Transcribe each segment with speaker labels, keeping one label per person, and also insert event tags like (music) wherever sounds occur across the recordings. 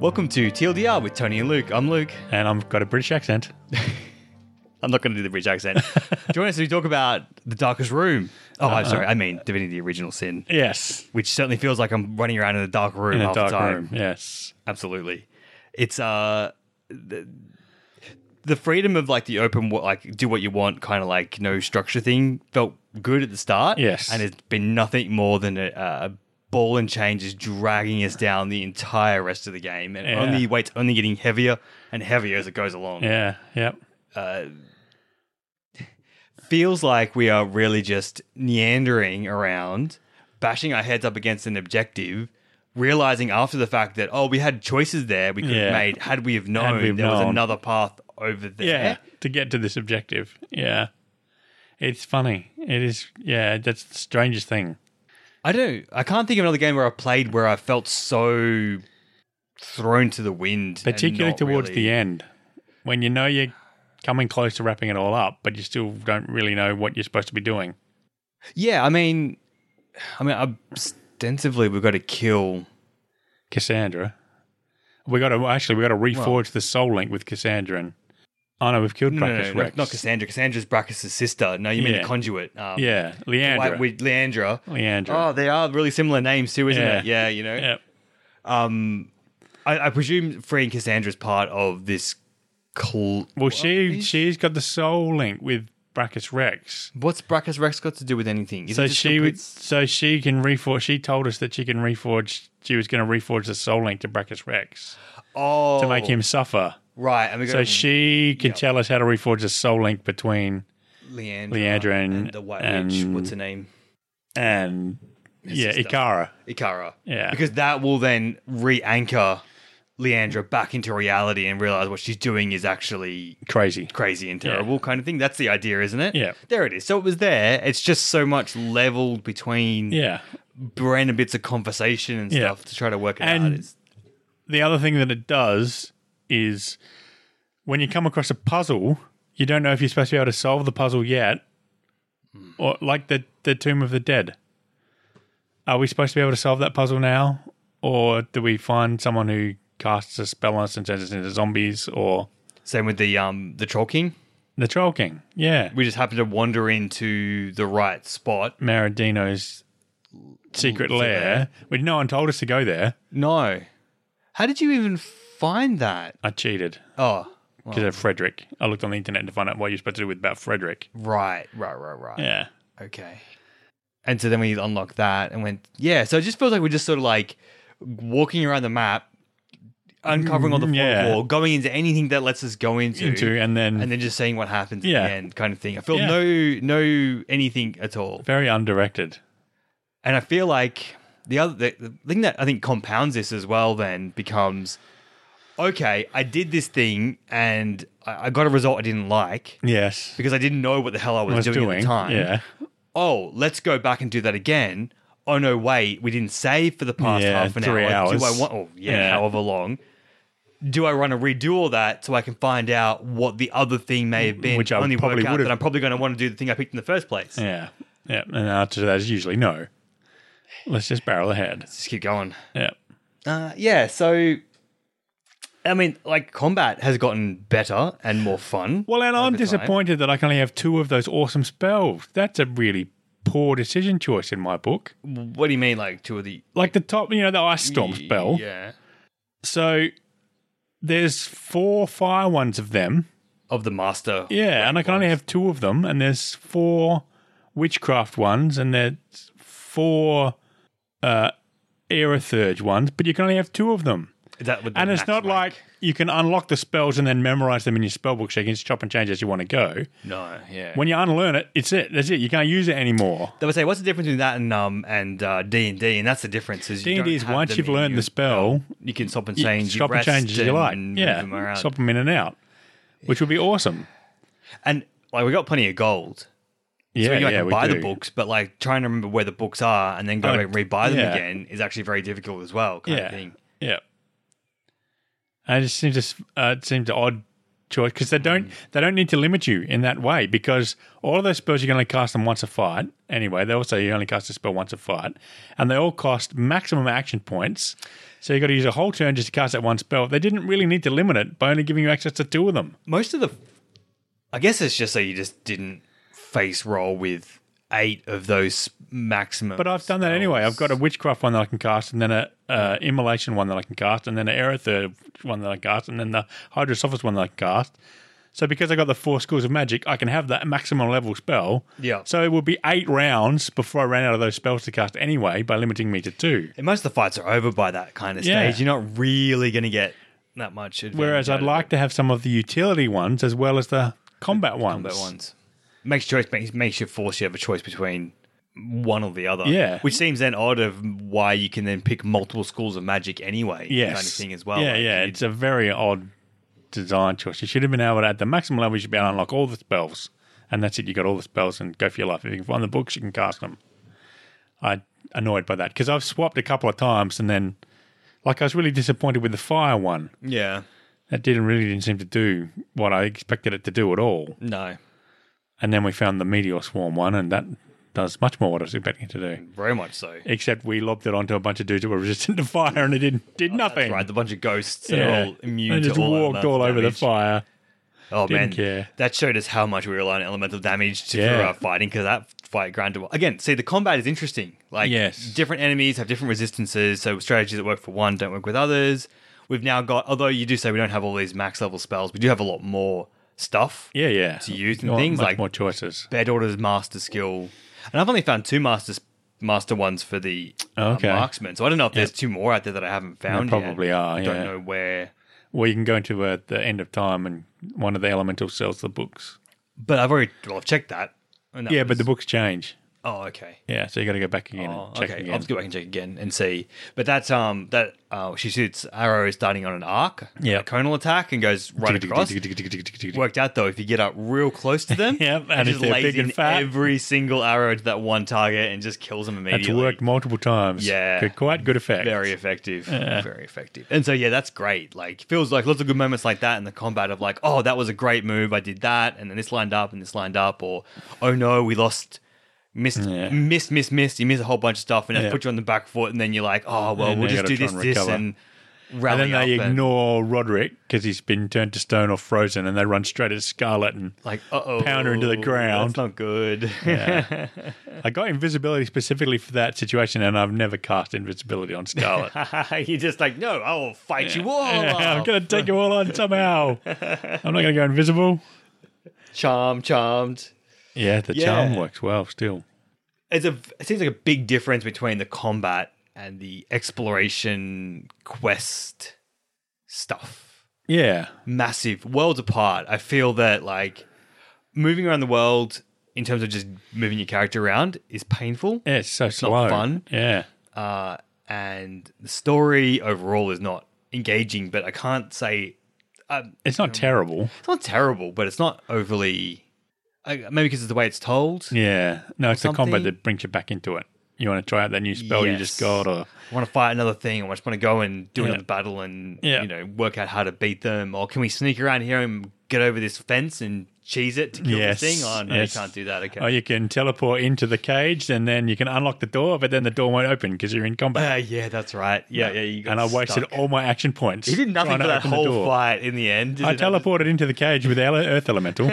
Speaker 1: Welcome to TLDR with Tony and Luke. I'm Luke.
Speaker 2: And I've got a British accent.
Speaker 1: (laughs) I'm not going to do the British
Speaker 2: (laughs)
Speaker 1: accent. Join us as we talk about The Darkest Room. Oh, I'm
Speaker 2: Uh-huh.
Speaker 1: sorry. I mean Divinity Original Sin,
Speaker 2: Yes.
Speaker 1: which certainly feels like I'm running around in a dark room
Speaker 2: In a
Speaker 1: half
Speaker 2: dark
Speaker 1: the time.
Speaker 2: room. Yes.
Speaker 1: Absolutely. It's uh the, the freedom of like the open wo- like do what you want kind of like no structure thing felt good at the start.
Speaker 2: Yes.
Speaker 1: And it's been nothing more than a, a ball and chain just dragging us down the entire rest of the game and
Speaker 2: Yeah.
Speaker 1: only weight's only getting heavier and heavier as it goes along.
Speaker 2: Yeah. Yep.
Speaker 1: Feels like we are really just meandering around, bashing our heads up against an objective. Realizing after the fact that oh we had choices there we could have
Speaker 2: Yeah.
Speaker 1: made had we have known
Speaker 2: Had we have
Speaker 1: there was
Speaker 2: known.
Speaker 1: another path over there
Speaker 2: Yeah. To get to this objective. Yeah. It's funny. It is. Yeah. That's the strangest thing.
Speaker 1: I don't. I can't think of another game where I played where I felt so thrown to the wind, and
Speaker 2: Particularly
Speaker 1: not
Speaker 2: towards
Speaker 1: really-
Speaker 2: the end when you know you're coming close to wrapping it all up, but you still don't really know what you're supposed to be doing.
Speaker 1: Yeah, I mean, I mean, ostensibly we've got to kill.
Speaker 2: Cassandra. We got to actually we got to reforge the soul link with Cassandra. And, oh no, we've killed
Speaker 1: No, no,
Speaker 2: Brachus
Speaker 1: no, no,
Speaker 2: Rex.
Speaker 1: not Cassandra. Cassandra's Brachus' sister. No, you mean
Speaker 2: Yeah.
Speaker 1: the conduit. Um,
Speaker 2: Yeah,
Speaker 1: Like
Speaker 2: Leandra.
Speaker 1: with Leandra.
Speaker 2: Leandra.
Speaker 1: Oh, they are really similar names too, isn't
Speaker 2: Yeah.
Speaker 1: it? Yeah, you know.
Speaker 2: Yep.
Speaker 1: I, I presume freeing Cassandra's part of this. Cl-
Speaker 2: Well, she she's got the soul link with Brachus Rex.
Speaker 1: What's Brachus Rex got to do with anything? Is
Speaker 2: So
Speaker 1: it just
Speaker 2: she would.
Speaker 1: complete-
Speaker 2: So she can reforge. She told us that she can reforge. She was going to reforge the soul link to Brachus Rex
Speaker 1: oh,
Speaker 2: to make him suffer.
Speaker 1: right. And we got
Speaker 2: So she could tell us how to reforge the soul link between
Speaker 1: Leandra,
Speaker 2: Leandra
Speaker 1: and,
Speaker 2: and-
Speaker 1: the White
Speaker 2: and-
Speaker 1: Witch. What's her name?
Speaker 2: and um, yeah,
Speaker 1: sister.
Speaker 2: Ikara.
Speaker 1: Ikara.
Speaker 2: Yeah.
Speaker 1: Because that will then re anchor Leandra back into reality and realize what she's doing is actually
Speaker 2: Crazy.
Speaker 1: crazy and terrible kind of thing. That's the idea, isn't it?
Speaker 2: Yeah.
Speaker 1: There it is. So it was there. It's just so much leveled between
Speaker 2: Yeah.
Speaker 1: random bits of conversation and
Speaker 2: Yeah.
Speaker 1: stuff to try to work it out.
Speaker 2: And-
Speaker 1: It's,
Speaker 2: The other thing that it does is when you come across a puzzle, you don't know if you're supposed to be able to solve the puzzle yet,
Speaker 1: Hmm.
Speaker 2: or like the the Tomb of the Dead. Are we supposed to be able to solve that puzzle now, or do we find someone who casts a spell on us and turns us into zombies, or
Speaker 1: same with the um the Troll King.
Speaker 2: the Troll King? Yeah,
Speaker 1: We just happened to wander into the right spot.
Speaker 2: Maradino's secret lair. Which no one told us to go there.
Speaker 1: No. How did you even find that?
Speaker 2: I cheated
Speaker 1: Oh,
Speaker 2: because of Frederick. I looked on the internet to find out what you're supposed to do with about Frederick.
Speaker 1: right, right, right, right.
Speaker 2: Yeah.
Speaker 1: Okay. And so then we unlocked that and went, yeah. So it just feels like we're just sort of like walking around the map, uncovering all the
Speaker 2: Mm, yeah.
Speaker 1: floor, going into anything that lets us go into,
Speaker 2: Into and then
Speaker 1: and then just seeing what happens
Speaker 2: Yeah.
Speaker 1: at the end, kind of thing. I feel
Speaker 2: Yeah.
Speaker 1: no, no anything at all.
Speaker 2: very undirected.
Speaker 1: And I feel like the other the, the thing that I think compounds this as well then becomes, okay, I did this thing and I, I got a result I didn't like.
Speaker 2: Yes.
Speaker 1: Because I didn't know what the hell I was,
Speaker 2: Was
Speaker 1: doing, at the time
Speaker 2: Yeah.
Speaker 1: oh, let's go back and do that again. Oh no, wait, we didn't save for the past
Speaker 2: Yeah,
Speaker 1: half an
Speaker 2: three
Speaker 1: hour.
Speaker 2: hours.
Speaker 1: Do I want? Oh, yeah,
Speaker 2: Yeah.
Speaker 1: however long. Do I want to redo all that so I can find out what the other thing may have been?
Speaker 2: Mm, Which I
Speaker 1: only
Speaker 2: probably
Speaker 1: work out
Speaker 2: would've-
Speaker 1: that I'm probably going to want to do the thing I picked in the first place.
Speaker 2: Yeah. Yeah. And the answer to that is usually no. Let's just barrel ahead.
Speaker 1: Just keep going.
Speaker 2: Yeah.
Speaker 1: Uh, yeah, so I mean, like combat has gotten better and more fun.
Speaker 2: Well, and I'm
Speaker 1: Over time.
Speaker 2: disappointed that I can only have two of those awesome spells. That's a really poor decision choice in my book.
Speaker 1: What do you mean, like two of the
Speaker 2: Like the top, you know, the ice storm spell.
Speaker 1: Yeah,
Speaker 2: So there's four fire ones of them.
Speaker 1: of the master.
Speaker 2: Yeah, and I can only have two of them, and there's four witchcraft ones, and there's four uh, Aerithurge ones, but you can only have two of them.
Speaker 1: Is that with the
Speaker 2: And it's
Speaker 1: max
Speaker 2: not
Speaker 1: rank?
Speaker 2: like you can unlock the spells and then memorize them in your spell book, so you can just chop and change as you want to go.
Speaker 1: no, yeah.
Speaker 2: When you unlearn it, it's it. That's it. You can't use it anymore.
Speaker 1: They would say, "What's the difference between that and um and uh, D and D?" And that's the difference. Is you
Speaker 2: D and D
Speaker 1: don't
Speaker 2: is
Speaker 1: have
Speaker 2: once
Speaker 1: them
Speaker 2: you've
Speaker 1: in
Speaker 2: learned
Speaker 1: your-
Speaker 2: the spell,
Speaker 1: you can swap and
Speaker 2: you
Speaker 1: change, you
Speaker 2: chop and
Speaker 1: rest
Speaker 2: change as you like.
Speaker 1: and move them
Speaker 2: Yeah,
Speaker 1: around.
Speaker 2: swap them in and out, which would be awesome.
Speaker 1: And like we got plenty of gold.
Speaker 2: Yeah,
Speaker 1: So you
Speaker 2: yeah,
Speaker 1: can
Speaker 2: we
Speaker 1: buy the
Speaker 2: do.
Speaker 1: books, but like trying to remember where the books are and then go
Speaker 2: Oh,
Speaker 1: and rebuy them
Speaker 2: yeah.
Speaker 1: again is actually very difficult as well. Kind of thing.
Speaker 2: Yeah. And it just seems a, s- uh, it seems an odd choice because they don't they don't need to limit you in that way because all of those spells you can only cast them once a fight anyway. They also you only cast a spell once a fight, and they all cost maximum action points. So you got to use a whole turn just to cast that one spell. They didn't really need to limit it by only giving you access to two of them.
Speaker 1: Most of the, I guess it's just so you just didn't face roll with eight of those maximum.
Speaker 2: But I've done that anyway. I've got a witchcraft one that I can cast, and then a uh, immolation one that I can cast, and then an Aerithir one that I can cast, and then the Hydrosophist one that I can cast. So because I got the four schools of magic, I can have that maximum level spell.
Speaker 1: Yeah.
Speaker 2: So it would be eight rounds before I ran out of those spells to cast anyway by limiting me to two.
Speaker 1: And most of the fights are over by that kind of
Speaker 2: Yeah.
Speaker 1: stage. You're not really going to get that much. advantage
Speaker 2: Whereas
Speaker 1: out
Speaker 2: I'd
Speaker 1: of
Speaker 2: like to have some of the utility ones as well as the combat ones.
Speaker 1: combat ones. Makes choice makes makes you force you have a choice between one or the other.
Speaker 2: Yeah.
Speaker 1: which seems then odd of why you can then pick multiple schools of magic anyway.
Speaker 2: yes.
Speaker 1: kind of thing as well.
Speaker 2: Yeah,
Speaker 1: Like,
Speaker 2: yeah.
Speaker 1: you-
Speaker 2: It's a very odd design choice. You should have been able to, at the maximum level, you should be able to unlock all the spells. And that's it. You got all the spells and go for your life. If you can find the books, you can cast them. I annoyed by that because I've swapped a couple of times and then, like, I was really disappointed with the fire one.
Speaker 1: yeah.
Speaker 2: That didn't really didn't seem to do what I expected it to do at all.
Speaker 1: No,
Speaker 2: And then we found the meteor swarm one, and that does much more what I was expecting it to do.
Speaker 1: very much so.
Speaker 2: Except we lobbed it onto a bunch of dudes that were (laughs) resistant to fire, and it didn't did nothing.
Speaker 1: Oh, Right, the bunch of ghosts that
Speaker 2: Yeah.
Speaker 1: are all immune
Speaker 2: They
Speaker 1: to
Speaker 2: just
Speaker 1: all
Speaker 2: walked all over the
Speaker 1: fight.
Speaker 2: fire.
Speaker 1: Oh
Speaker 2: Didn't
Speaker 1: man,
Speaker 2: care.
Speaker 1: that showed us how much we rely on elemental damage to
Speaker 2: Yeah.
Speaker 1: for our fighting because that fight granted. Again, see the combat is interesting. Like
Speaker 2: Yes.
Speaker 1: different enemies have different resistances, so strategies that work for one don't work with others. We've now got, although you do say we don't have all these max level spells, we do have a lot more stuff.
Speaker 2: Yeah, yeah.
Speaker 1: To use and
Speaker 2: Not
Speaker 1: things
Speaker 2: much
Speaker 1: like-
Speaker 2: more choices.
Speaker 1: Bed orders master skill, and I've only found two masters master ones for the uh,
Speaker 2: Oh, Okay.
Speaker 1: marksman. So I don't know if there's two more out there that I haven't found. yet.
Speaker 2: probably are,
Speaker 1: I don't
Speaker 2: yeah.
Speaker 1: know where.
Speaker 2: Well, you can go into uh, the end of time, and one of the elemental sells the books.
Speaker 1: But I've already well, I've checked that. and that
Speaker 2: Yeah,
Speaker 1: was-
Speaker 2: but the books change.
Speaker 1: oh okay.
Speaker 2: Yeah, so you got to go back again
Speaker 1: Oh,
Speaker 2: and check
Speaker 1: okay, I'll
Speaker 2: again.
Speaker 1: just go back and check again and see. But that's um that uh, she shoots arrows starting on an arc,
Speaker 2: Yeah.
Speaker 1: a conal attack, and goes right across. Worked out though, if you get up real close to them,
Speaker 2: (laughs) Yep,
Speaker 1: it
Speaker 2: and if
Speaker 1: just
Speaker 2: they're
Speaker 1: lays
Speaker 2: big
Speaker 1: in
Speaker 2: and fat.
Speaker 1: every single arrow to that one target and just kills them
Speaker 2: That's
Speaker 1: immediately.
Speaker 2: worked multiple times.
Speaker 1: Yeah.
Speaker 2: Good- quite good effect.
Speaker 1: Very effective, very effective. And so yeah, that's great. Like feels like lots of good moments like that in the combat of like, oh, that was a great move. I did that, and then this lined up, and this lined up, or oh no, we lost. Missed,
Speaker 2: Yeah.
Speaker 1: missed, missed, missed. You miss a whole bunch of stuff, and it
Speaker 2: Yeah.
Speaker 1: puts you on the back foot. And then you're like, "Oh well,
Speaker 2: And
Speaker 1: we'll
Speaker 2: then
Speaker 1: just
Speaker 2: you
Speaker 1: do this,
Speaker 2: gotta try and
Speaker 1: this,
Speaker 2: recover.
Speaker 1: and rally
Speaker 2: And then they
Speaker 1: up and-
Speaker 2: ignore Roderick because he's been turned to stone or frozen, and they run straight at Scarlet. (laughs) And
Speaker 1: like, "Uh oh,
Speaker 2: pound her into the ground.
Speaker 1: That's not good."
Speaker 2: I got invisibility specifically for that situation, and I've never cast invisibility on Scarlet.
Speaker 1: (laughs) you're just like, "No, I will fight you all."
Speaker 2: Yeah, (laughs) I'm
Speaker 1: up."
Speaker 2: gonna take you all on somehow. I'm not gonna go invisible.
Speaker 1: Charm, charmed.
Speaker 2: Yeah, the
Speaker 1: Yeah.
Speaker 2: charm works well still.
Speaker 1: it's a it seems like a big difference between the combat and the exploration quest stuff.
Speaker 2: Yeah,
Speaker 1: Massive worlds apart. I feel that like moving around the world in terms of just moving your character around is painful,
Speaker 2: yeah, it's so slow.
Speaker 1: fun.
Speaker 2: Yeah,
Speaker 1: uh, and the story overall is not engaging. But I can't say um,
Speaker 2: it's not terrible.
Speaker 1: it's not terrible, but it's not overly. I, maybe because it's the way it's told.
Speaker 2: Yeah, no, it's the combat
Speaker 1: Something-
Speaker 2: that brings you back into it. You want to try out that new spell you just
Speaker 1: Yes.
Speaker 2: got, or
Speaker 1: I want to fight another thing. I just want to go and do
Speaker 2: Yeah.
Speaker 1: another battle and
Speaker 2: Yeah.
Speaker 1: you know work out how to beat them. Or can we sneak around here and get over this fence and cheese it to kill
Speaker 2: Yes,
Speaker 1: this thing? Oh no,
Speaker 2: yes.
Speaker 1: you can't do that. Okay.
Speaker 2: or you can teleport into the cage, and then you can unlock the door, but then the door won't open because you're in combat.
Speaker 1: Uh, yeah, that's right. Yeah, (laughs) yeah. You got
Speaker 2: and I wasted
Speaker 1: stuck.
Speaker 2: all my action points.
Speaker 1: You did nothing
Speaker 2: trying to
Speaker 1: for that
Speaker 2: open the
Speaker 1: whole
Speaker 2: door.
Speaker 1: fight in the end.
Speaker 2: I
Speaker 1: didn't have to-
Speaker 2: teleported into the cage with ele-
Speaker 1: (laughs)
Speaker 2: Earth Elemental.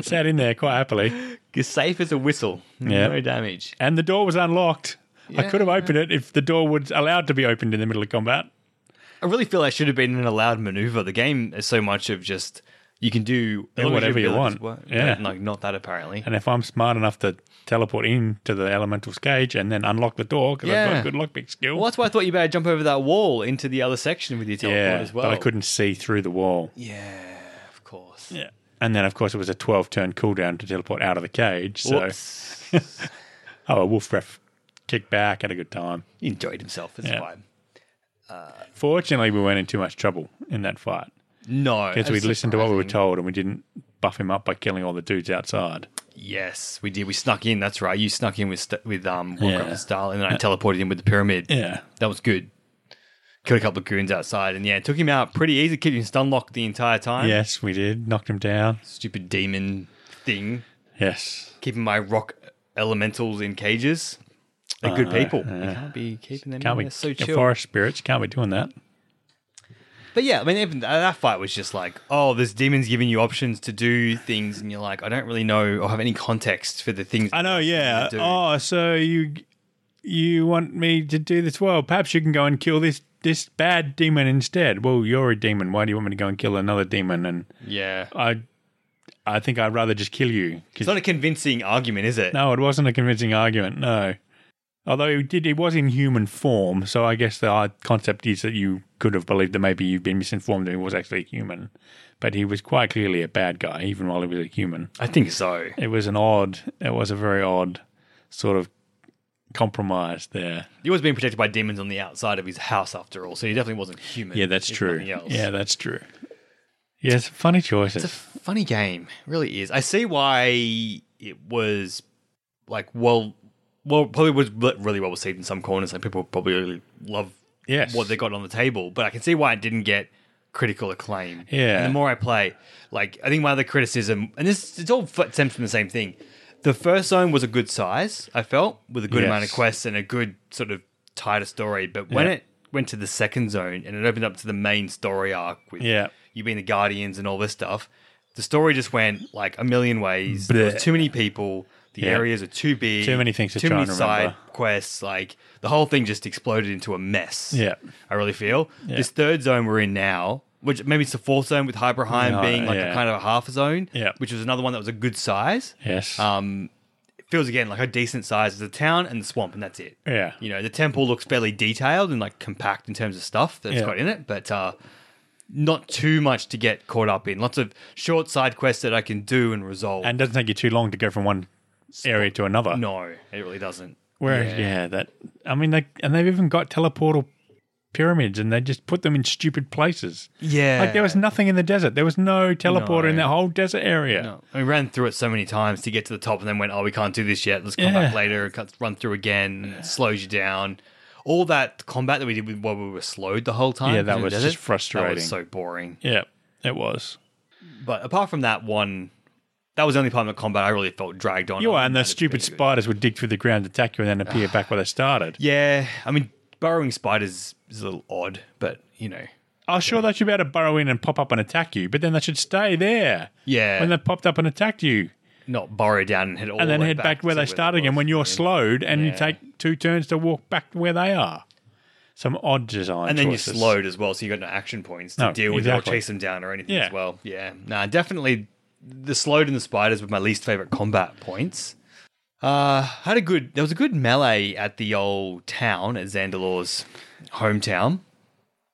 Speaker 2: Sat in there quite happily.
Speaker 1: You're safe as a whistle.
Speaker 2: Yeah.
Speaker 1: No damage.
Speaker 2: and the door was unlocked. I could have opened it if the door was allowed to be opened in the middle of combat.
Speaker 1: I really feel I should have been in a loud maneuver. The game is so much of just you can do as long as your
Speaker 2: whatever you
Speaker 1: abilities
Speaker 2: want.
Speaker 1: work, but,
Speaker 2: Yeah.
Speaker 1: like not that apparently.
Speaker 2: And if I'm smart enough to teleport into the elemental's cage and then unlock the door because
Speaker 1: Yeah.
Speaker 2: I've got a good lockpick skill,
Speaker 1: Well, that's why I thought you better jump over that wall into the other section with your teleport
Speaker 2: yeah,
Speaker 1: as well.
Speaker 2: but I couldn't see through the wall.
Speaker 1: Yeah, of course.
Speaker 2: Yeah. And then, of course, it was a 12 turn cooldown to teleport out of the cage. So,
Speaker 1: Whoops.
Speaker 2: oh, a wolf ref kicked back, had a good time.
Speaker 1: he enjoyed himself. It's
Speaker 2: Yeah.
Speaker 1: fine.
Speaker 2: Fortunately, we weren't in too much trouble in that fight
Speaker 1: No.
Speaker 2: because
Speaker 1: that's
Speaker 2: we listened to what we were
Speaker 1: surprising.
Speaker 2: told and we didn't buff him up by killing all the dudes outside.
Speaker 1: Yes, we did. We snuck in. That's right. You snuck in with st- with um Warcraft
Speaker 2: Yeah.
Speaker 1: style, and then I teleported in with the pyramid.
Speaker 2: Yeah.
Speaker 1: That was good. killed a couple of goons outside, and yeah, took him out pretty easy. Kept him stun locked the entire time.
Speaker 2: Yes, we did. Knocked him down.
Speaker 1: Stupid demon thing.
Speaker 2: Yes.
Speaker 1: Keeping my rock elementals in cages. They're good
Speaker 2: know,
Speaker 1: people.
Speaker 2: Uh, yeah.
Speaker 1: You can't be keeping them
Speaker 2: Can't
Speaker 1: in
Speaker 2: be
Speaker 1: there. So
Speaker 2: your
Speaker 1: chill.
Speaker 2: forest spirits. Can't be doing that.
Speaker 1: But yeah, I mean, even that, that fight was just like, oh, this demon's giving you options to do things, and you're like, I don't really know or have any context for the things.
Speaker 2: I know. Yeah.
Speaker 1: do.
Speaker 2: Oh, so you you want me to do this? Well, perhaps you can go and kill this this bad demon instead. Well, you're a demon. Why do you want me to go and kill another demon? And
Speaker 1: Yeah.
Speaker 2: I I think I'd rather just kill you. 'cause-
Speaker 1: It's not a convincing argument, is it?
Speaker 2: no, it wasn't a convincing argument. No. Although he did, he was in human form, so I guess the hard concept is that you could have believed that maybe you've been misinformed and he was actually human. But he was quite clearly a bad guy, even while he was a human.
Speaker 1: I think so.
Speaker 2: It was an odd, it was a very odd sort of compromise there.
Speaker 1: He was being protected by demons on the outside of his house, after all, so he definitely wasn't human.
Speaker 2: Yeah, that's
Speaker 1: if
Speaker 2: true.
Speaker 1: nothing else.
Speaker 2: Yeah, that's true. Yes, funny choices.
Speaker 1: It's a funny game, it really is. I see why it was like well, well, probably was re- really well received in some corners. Like people probably really love
Speaker 2: Yes.
Speaker 1: what they got on the table, but I can see why it didn't get critical acclaim.
Speaker 2: Yeah.
Speaker 1: and the more I play, like I think my other criticism, and this it's all f- stems from the same thing. The first zone was a good size, I felt, with a good amount of
Speaker 2: Yes.
Speaker 1: quests and a good sort of tighter story. But when
Speaker 2: Yeah.
Speaker 1: it went to the second zone and it opened up to the main story arc with
Speaker 2: Yeah.
Speaker 1: you being the guardians and all this stuff. The story just went like a million ways. There was
Speaker 2: Bleh.
Speaker 1: too many people. The
Speaker 2: Yeah.
Speaker 1: areas are too big.
Speaker 2: Too many things to
Speaker 1: Too
Speaker 2: try
Speaker 1: many
Speaker 2: and
Speaker 1: side
Speaker 2: remember.
Speaker 1: quests. Like the whole thing just exploded into a mess.
Speaker 2: Yeah.
Speaker 1: I really feel this third zone we're in now, which maybe it's the fourth zone with Hyperheim
Speaker 2: No,
Speaker 1: being like
Speaker 2: yeah.
Speaker 1: a kind of a half zone.
Speaker 2: Yeah.
Speaker 1: which was another one that was a good size.
Speaker 2: yes.
Speaker 1: Um, it feels again like a decent size is the town and the swamp, and that's it.
Speaker 2: Yeah.
Speaker 1: You know, the temple looks fairly detailed and like compact in terms of stuff that's
Speaker 2: Yeah.
Speaker 1: got in it, but uh, not too much to get caught up in. Lots of short side quests that I can do and resolve.
Speaker 2: and it doesn't take you too long to go from one area to another.
Speaker 1: no, it really doesn't.
Speaker 2: Whereas, yeah. that I mean, they and they've even got teleportal pyramids, and they just put them in stupid places.
Speaker 1: Yeah.
Speaker 2: Like there was nothing in the desert. There was no teleporter in
Speaker 1: No.
Speaker 2: that whole desert area.
Speaker 1: No. We ran through it so many times to get to the top and then went, oh, we can't do this yet. Let's come back
Speaker 2: Yeah.
Speaker 1: later, cut- run through again, and it slows you down. All that combat that we did with while we were slowed the whole time.
Speaker 2: Yeah, that
Speaker 1: in the
Speaker 2: was just
Speaker 1: desert, That
Speaker 2: frustrating.
Speaker 1: was so boring.
Speaker 2: Yeah, it was.
Speaker 1: But apart from that one, that was the only part of the combat I really felt dragged on.
Speaker 2: You
Speaker 1: Other
Speaker 2: are,
Speaker 1: than
Speaker 2: Oh, and the
Speaker 1: that, it's
Speaker 2: stupid
Speaker 1: pretty good.
Speaker 2: spiders would dig through the ground, attack you, and
Speaker 1: (sighs)
Speaker 2: then appear back where they started.
Speaker 1: Yeah, I mean, burrowing spiders is a little odd, but you know,
Speaker 2: Oh, sure, they should be able to burrow in and pop up and attack you, but then they should stay there.
Speaker 1: Yeah.
Speaker 2: When they popped up and attacked you,
Speaker 1: not burrow down and head all
Speaker 2: and then
Speaker 1: the way
Speaker 2: head back,
Speaker 1: back
Speaker 2: where
Speaker 1: to
Speaker 2: they started
Speaker 1: it
Speaker 2: again
Speaker 1: was.
Speaker 2: when you're slowed, and you
Speaker 1: Yeah.
Speaker 2: take two turns to walk back to where they are. Some odd design.
Speaker 1: and then you're
Speaker 2: choices.
Speaker 1: slowed as well, so you got no action points to
Speaker 2: No,
Speaker 1: deal with
Speaker 2: exactly.
Speaker 1: or chase them down or anything
Speaker 2: Yeah.
Speaker 1: as well. Yeah, nah, definitely the slowed and the spiders were my least favorite combat points. Uh, had a good. There was a good melee at the old town at Xandalor's hometown.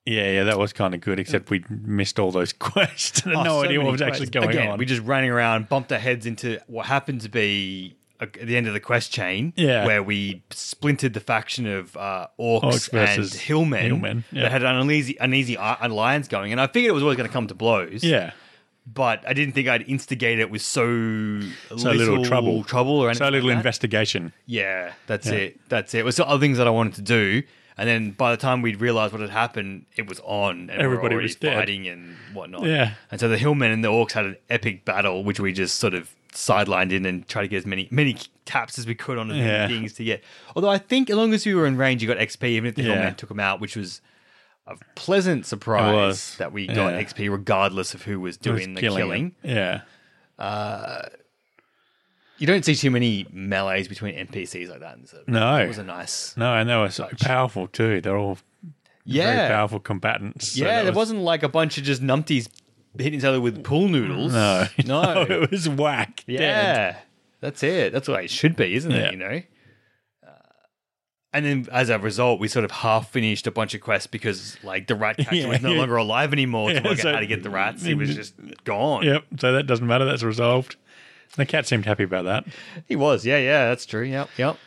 Speaker 2: Yeah, yeah, that was kind of good, except we missed all those (laughs) quests and had
Speaker 1: Oh,
Speaker 2: no
Speaker 1: so
Speaker 2: idea what
Speaker 1: many
Speaker 2: was actually
Speaker 1: quests.
Speaker 2: going
Speaker 1: Again,
Speaker 2: on.
Speaker 1: We just running around, bumped our heads into what happened to be uh, at the end of the quest chain,
Speaker 2: Yeah.
Speaker 1: where we splintered the faction of uh, orcs,
Speaker 2: Orcs
Speaker 1: and
Speaker 2: versus
Speaker 1: hillmen,
Speaker 2: hillmen, yeah.
Speaker 1: that had an uneasy, uneasy a- alliance going. And I figured it was always going to come to blows,
Speaker 2: yeah,
Speaker 1: but I didn't think I'd instigate it with so,
Speaker 2: so little, trouble,
Speaker 1: trouble or anything.
Speaker 2: so little
Speaker 1: like that.
Speaker 2: investigation.
Speaker 1: Yeah, that's it. That's it. It was the other things that I wanted to do. And then by the time we'd realized what had happened, it was on. And
Speaker 2: Everybody
Speaker 1: we were already
Speaker 2: was dead.
Speaker 1: fighting and whatnot.
Speaker 2: Yeah.
Speaker 1: And so the Hillmen and the Orcs had an epic battle, which we just sort of sidelined in and tried to get as many many taps as we could on as
Speaker 2: Yeah.
Speaker 1: many things to get. Although I think as long as you were in range, you got XP, even if the
Speaker 2: Yeah.
Speaker 1: Hillmen took them out, which was a pleasant surprise
Speaker 2: was.
Speaker 1: that we got
Speaker 2: Yeah.
Speaker 1: XP regardless of who was
Speaker 2: It was
Speaker 1: doing the killing.
Speaker 2: it. Yeah,
Speaker 1: You don't see too many melees between NPCs like that. So
Speaker 2: No.
Speaker 1: It was a nice.
Speaker 2: no, and they were so powerful too. They're all
Speaker 1: Yeah.
Speaker 2: very powerful combatants. so
Speaker 1: yeah,
Speaker 2: that
Speaker 1: there wasn't like a bunch of just numpties hitting each other with pool noodles.
Speaker 2: (laughs) no,
Speaker 1: no.
Speaker 2: it was whack.
Speaker 1: yeah,
Speaker 2: Dead.
Speaker 1: that's it. That's what it should be, isn't
Speaker 2: Yeah.
Speaker 1: it? You know. Uh, And then, as a result, we sort of half finished a bunch of quests because, like, the rat catcher
Speaker 2: (laughs) Yeah,
Speaker 1: was no
Speaker 2: yeah.
Speaker 1: longer alive anymore to
Speaker 2: Yeah,
Speaker 1: work
Speaker 2: so-
Speaker 1: out how to get the rats. He was just gone.
Speaker 2: Yep. So that doesn't matter. That's resolved. The cat seemed happy about that.
Speaker 1: He was. Yeah, yeah, that's true. Yep, yep.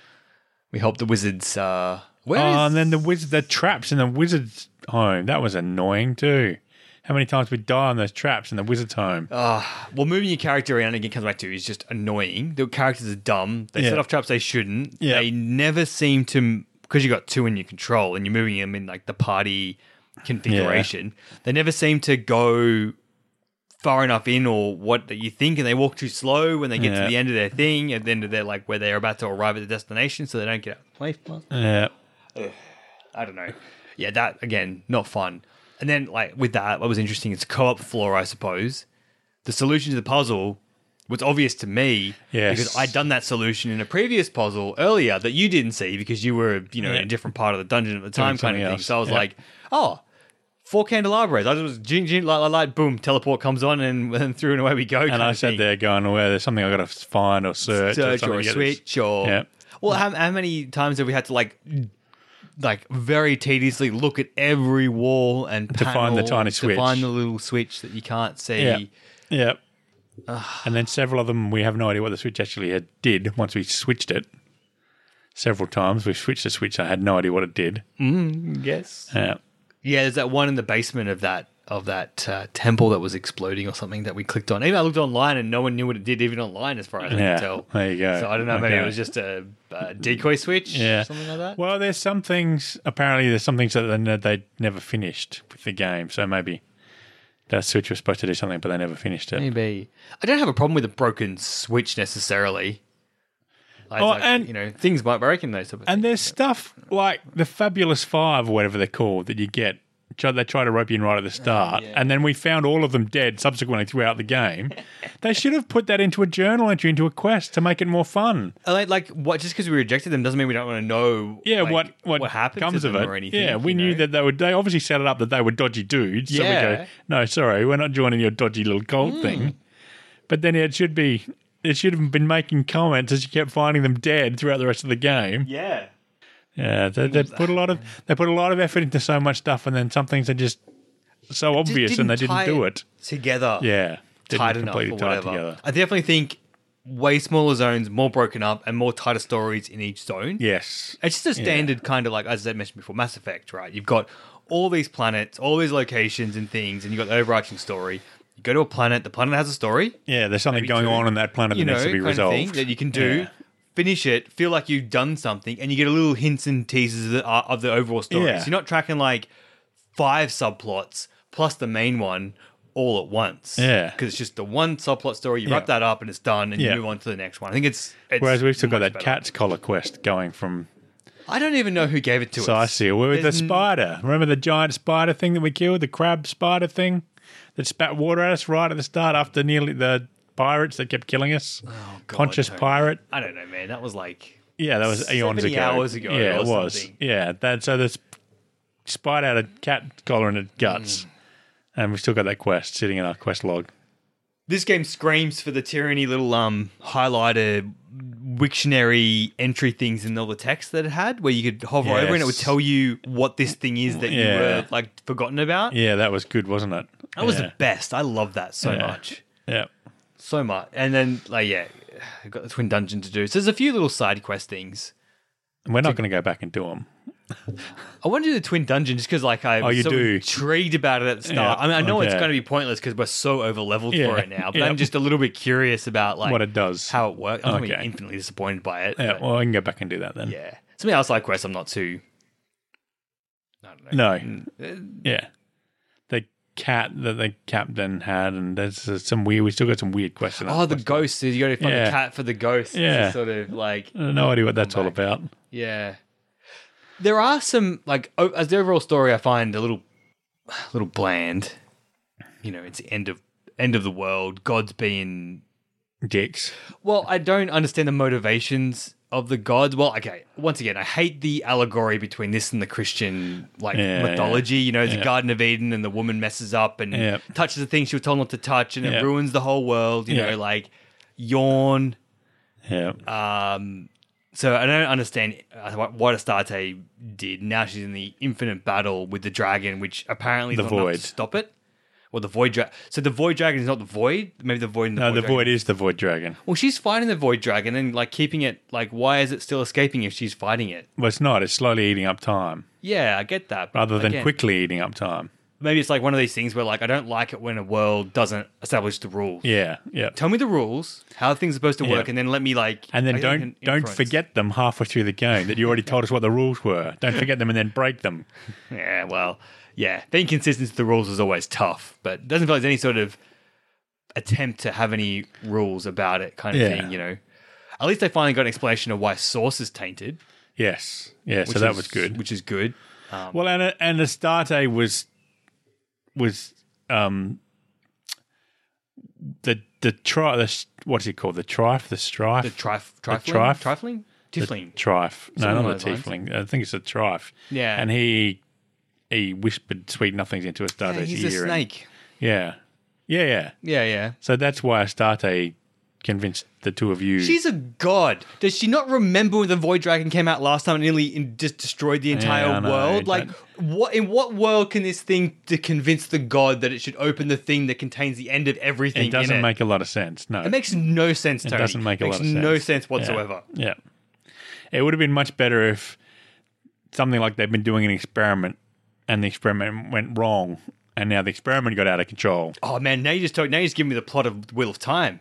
Speaker 1: We helped the wizards. Uh, where
Speaker 2: Oh,
Speaker 1: is-
Speaker 2: and then the wizard, the traps in the wizard's home. That was annoying too. How many times we die on those traps in the wizard's home?
Speaker 1: Oh, Well, moving your character around again comes back to is just annoying. The characters are dumb. They
Speaker 2: Yeah.
Speaker 1: set off traps they shouldn't.
Speaker 2: Yeah.
Speaker 1: They never seem to because you got two in your control and you're moving them in like the party configuration. They never seem to go far enough in or what that you think, and they walk too slow when they get
Speaker 2: Yeah.
Speaker 1: to the end of their thing, and then they're like where they're about to arrive at the destination, so they don't get out of the play fast.
Speaker 2: Yeah.
Speaker 1: I don't know. Yeah, that again, not fun. And then like with that, what was interesting is co-op floor, I suppose. The solution to the puzzle was obvious to me
Speaker 2: Yes.
Speaker 1: because I'd done that solution in a previous puzzle earlier that you didn't see because you were, you know, in
Speaker 2: Yeah.
Speaker 1: a different part of the dungeon at the time kind of
Speaker 2: something
Speaker 1: thing.
Speaker 2: else.
Speaker 1: So I was
Speaker 2: Yeah.
Speaker 1: like, oh, four candelabras. I just was jing, jing, light, light, light, boom, teleport comes on and, (laughs) and through and away we go.
Speaker 2: And I sat there going, well, there's something i got to find or search.
Speaker 1: search
Speaker 2: something
Speaker 1: or
Speaker 2: to
Speaker 1: a
Speaker 2: get
Speaker 1: switch or
Speaker 2: Yeah.
Speaker 1: well how, how many times have we had to like like very tediously look at every wall and
Speaker 2: To find the
Speaker 1: panel
Speaker 2: tiny
Speaker 1: to find
Speaker 2: switch.
Speaker 1: the little switch that you can't see
Speaker 2: Yeah. Yeah. and then several of them, we have no idea what the switch actually had, did once we switched it. Several times we switched the switch. I had no idea what it did.
Speaker 1: yes
Speaker 2: Yeah.
Speaker 1: yeah there's that one in the basement of that of that uh, temple that was exploding or something that we clicked on even i looked online and no one knew what it did even online as far as i
Speaker 2: Yeah.
Speaker 1: can tell
Speaker 2: There you go.
Speaker 1: so i don't know maybe
Speaker 2: Okay.
Speaker 1: it was just a, a decoy switch
Speaker 2: Yeah.
Speaker 1: or something like that
Speaker 2: Well, there's some things. Apparently, there's some things that they, ne- they never finished with the game. So maybe that Switch was supposed to do something, but they never finished it.
Speaker 1: Maybe. I don't have a problem with a broken switch necessarily. Like,
Speaker 2: Oh,
Speaker 1: like,
Speaker 2: and-
Speaker 1: you know, things might break in those type of
Speaker 2: And
Speaker 1: things.
Speaker 2: there's stuff like the Fabulous Five, or whatever they're called, that you get. try- They try to rope you in
Speaker 1: Oh,
Speaker 2: right at the start, and then we found all of them dead subsequently throughout
Speaker 1: (laughs)
Speaker 2: the game. they should have put that into a journal entry, into a quest, to make it more fun.
Speaker 1: And like, like what? Just because we rejected them doesn't mean we don't want to know.
Speaker 2: Yeah,
Speaker 1: like,
Speaker 2: what what,
Speaker 1: happened
Speaker 2: comes
Speaker 1: to them
Speaker 2: of it?
Speaker 1: or anything?
Speaker 2: yeah, we
Speaker 1: you
Speaker 2: knew
Speaker 1: know?
Speaker 2: that they would. They obviously set it up that they were dodgy dudes. So we
Speaker 1: Yeah. Hmm.
Speaker 2: go, no, sorry, we're not joining your dodgy little cult thing. But then it should be. It should have been making comments as you kept finding them dead throughout the rest of the game.
Speaker 1: Yeah.
Speaker 2: Yeah, they, they put a lot of they put a lot of effort into so much stuff, and then some things are just so
Speaker 1: Just
Speaker 2: obvious, and they didn't
Speaker 1: tie
Speaker 2: do it.
Speaker 1: together.
Speaker 2: Yeah, didn't
Speaker 1: tight enough or
Speaker 2: completely tie it
Speaker 1: whatever. I definitely think way smaller zones, more broken up, and more tighter stories in each zone.
Speaker 2: Yes,
Speaker 1: It's just a standard kind of like as I mentioned before, Mass Effect, right? You've got all these planets, all these locations and things, and you've got the overarching story. You go to a planet, the planet has a story,
Speaker 2: yeah. There's something going
Speaker 1: two,
Speaker 2: on on that planet
Speaker 1: you
Speaker 2: that
Speaker 1: know,
Speaker 2: needs to be
Speaker 1: kind of thing
Speaker 2: resolved.
Speaker 1: that you can do.
Speaker 2: Yeah.
Speaker 1: Finish it, feel like you've done something, and you get a little hints and teases of the, uh, of the overall story.
Speaker 2: Yeah.
Speaker 1: So you're not tracking like five subplots plus the main one all at once.
Speaker 2: Yeah.
Speaker 1: because it's just the one subplot story. You
Speaker 2: Yeah.
Speaker 1: wrap that up, and it's done, and
Speaker 2: Yeah.
Speaker 1: you move on to the next one. I think it's, it's
Speaker 2: Whereas we've still got
Speaker 1: much
Speaker 2: that
Speaker 1: better.
Speaker 2: cat's collar quest going from
Speaker 1: I don't even know who gave it to
Speaker 2: So I
Speaker 1: us.
Speaker 2: see. Well, with the
Speaker 1: There's n-
Speaker 2: spider. Remember the giant spider thing that we killed? The crab spider thing that spat water at us right at the start after nearly the pirates that kept killing us?
Speaker 1: Oh, God,
Speaker 2: Conscious
Speaker 1: Tony.
Speaker 2: pirate.
Speaker 1: I don't know, man. That was like
Speaker 2: Yeah, that was eons
Speaker 1: 70
Speaker 2: ago.
Speaker 1: hours ago
Speaker 2: Yeah,
Speaker 1: or
Speaker 2: it was.
Speaker 1: something.
Speaker 2: Yeah, that. So the sp- spider had a cat collar and it
Speaker 1: Mm.
Speaker 2: guts, and we still got that quest sitting in our quest log.
Speaker 1: this game screams for the tyranny little um highlighter Wiktionary entry things in all the text that it had, where you could hover over and it would
Speaker 2: Yes.
Speaker 1: tell you what this thing is that you
Speaker 2: Yeah.
Speaker 1: were like forgotten about.
Speaker 2: Yeah, that was good, wasn't it?
Speaker 1: That was
Speaker 2: yeah.
Speaker 1: the best. I love that so
Speaker 2: Yeah.
Speaker 1: much,
Speaker 2: yeah.
Speaker 1: so much. And then like yeah, I've got the twin dungeon to do. So there's a few little side quest things.
Speaker 2: And We're not going to go back and do them.
Speaker 1: I want to do the twin dungeon just because, like, I'm
Speaker 2: Oh, you
Speaker 1: so
Speaker 2: do.
Speaker 1: intrigued about it at the start.
Speaker 2: Yeah,
Speaker 1: I mean, I know it's
Speaker 2: okay.
Speaker 1: going to be pointless because we're so over leveled
Speaker 2: Yeah,
Speaker 1: for it now, but
Speaker 2: yeah.
Speaker 1: I'm just a little bit curious about like
Speaker 2: What it does.
Speaker 1: how it works. I'm going to
Speaker 2: Okay.
Speaker 1: be infinitely disappointed by it.
Speaker 2: Yeah,
Speaker 1: but
Speaker 2: well, I can go back and do that then.
Speaker 1: yeah. Something else like Quest, I'm not too. I don't know.
Speaker 2: No. Yeah. The cat that the captain had, and there's uh, some weird. We still got some weird questions. in that
Speaker 1: Oh, the
Speaker 2: quest.
Speaker 1: ghost. You got to find
Speaker 2: Yeah.
Speaker 1: the cat for the ghost.
Speaker 2: Yeah.
Speaker 1: Yeah. Sort of like
Speaker 2: I have no idea what
Speaker 1: Oh
Speaker 2: that's all about.
Speaker 1: Yeah, there are some like o- as the overall story, I find a little, a little bland. You know, it's the end of end of the world. God's being
Speaker 2: Dicks.
Speaker 1: Well, I don't understand the motivations of the gods. Well, okay, once again, I hate the allegory between this and the Christian like
Speaker 2: Yeah,
Speaker 1: mythology. You know, the Garden of Eden and the woman messes up and
Speaker 2: Yeah.
Speaker 1: touches the thing she was told not to touch, and
Speaker 2: Yeah.
Speaker 1: it ruins the whole world. You
Speaker 2: Yeah.
Speaker 1: know, like yawn.
Speaker 2: Yeah.
Speaker 1: Um, so I don't understand uh, what what Astarte did. Now she's in the infinite battle with the dragon, which apparently is
Speaker 2: The
Speaker 1: not enough
Speaker 2: void.
Speaker 1: to stop it. Well, the void. Dra- so the void dragon is not the void. Maybe the void. And the
Speaker 2: no,
Speaker 1: void
Speaker 2: the
Speaker 1: dragon
Speaker 2: void is the void dragon.
Speaker 1: well, she's fighting the void dragon and like keeping it. Like, why is it still escaping if she's fighting it?
Speaker 2: Well, it's not. It's slowly eating up time
Speaker 1: Yeah, I get that. but
Speaker 2: rather than
Speaker 1: again,
Speaker 2: quickly eating up time.
Speaker 1: maybe it's like one of these things where like I don't like it when a world doesn't establish the rules.
Speaker 2: Yeah. Yeah.
Speaker 1: Tell me the rules, how things are supposed to work,
Speaker 2: Yeah.
Speaker 1: and then let me like.
Speaker 2: And then
Speaker 1: I
Speaker 2: don't
Speaker 1: can
Speaker 2: don't
Speaker 1: influence.
Speaker 2: forget
Speaker 1: (laughs)
Speaker 2: them halfway through the game that you already told us what the rules were. Don't forget them and then break them.
Speaker 1: Yeah, well, yeah, being consistent to the rules is always tough, but it doesn't feel like there's any sort of attempt to have any rules about it kind of
Speaker 2: Yeah.
Speaker 1: thing, you know. At least they finally got an explanation of why sauce is tainted.
Speaker 2: Yes. Yeah. So
Speaker 1: which
Speaker 2: that
Speaker 1: is-
Speaker 2: was good.
Speaker 1: Which is good.
Speaker 2: Well, and and Astarte was was um the the tri the s- what's it called the trife the strife
Speaker 1: The trif- trifling?
Speaker 2: trife?
Speaker 1: Trifling? Tifling.
Speaker 2: trife
Speaker 1: Something
Speaker 2: no not the
Speaker 1: along those
Speaker 2: tiefling I think it's a trife
Speaker 1: Yeah.
Speaker 2: and he he whispered sweet nothings into
Speaker 1: yeah,
Speaker 2: Astarte's
Speaker 1: he's a
Speaker 2: ear and-
Speaker 1: snake.
Speaker 2: yeah yeah yeah
Speaker 1: Yeah, yeah.
Speaker 2: so that's why Astarte convinced the two of you
Speaker 1: She's a god. Does she not remember when the Void Dragon came out last time and nearly in- just destroyed the entire
Speaker 2: I know,
Speaker 1: world?
Speaker 2: don't-
Speaker 1: Like, what in what world can this thing to convince the god that it should open the thing that contains the end of everything?
Speaker 2: it doesn't
Speaker 1: in
Speaker 2: make a lot of sense no
Speaker 1: It makes no sense. Tony.
Speaker 2: It doesn't make a
Speaker 1: Makes
Speaker 2: lot of sense.
Speaker 1: No sense
Speaker 2: Yeah.
Speaker 1: whatsoever.
Speaker 2: Yeah. It would have been much better if something like they've been doing an experiment and the experiment went wrong and now the experiment got out of control.
Speaker 1: Oh man, now you just talk, now you just give me the plot of Wheel of Time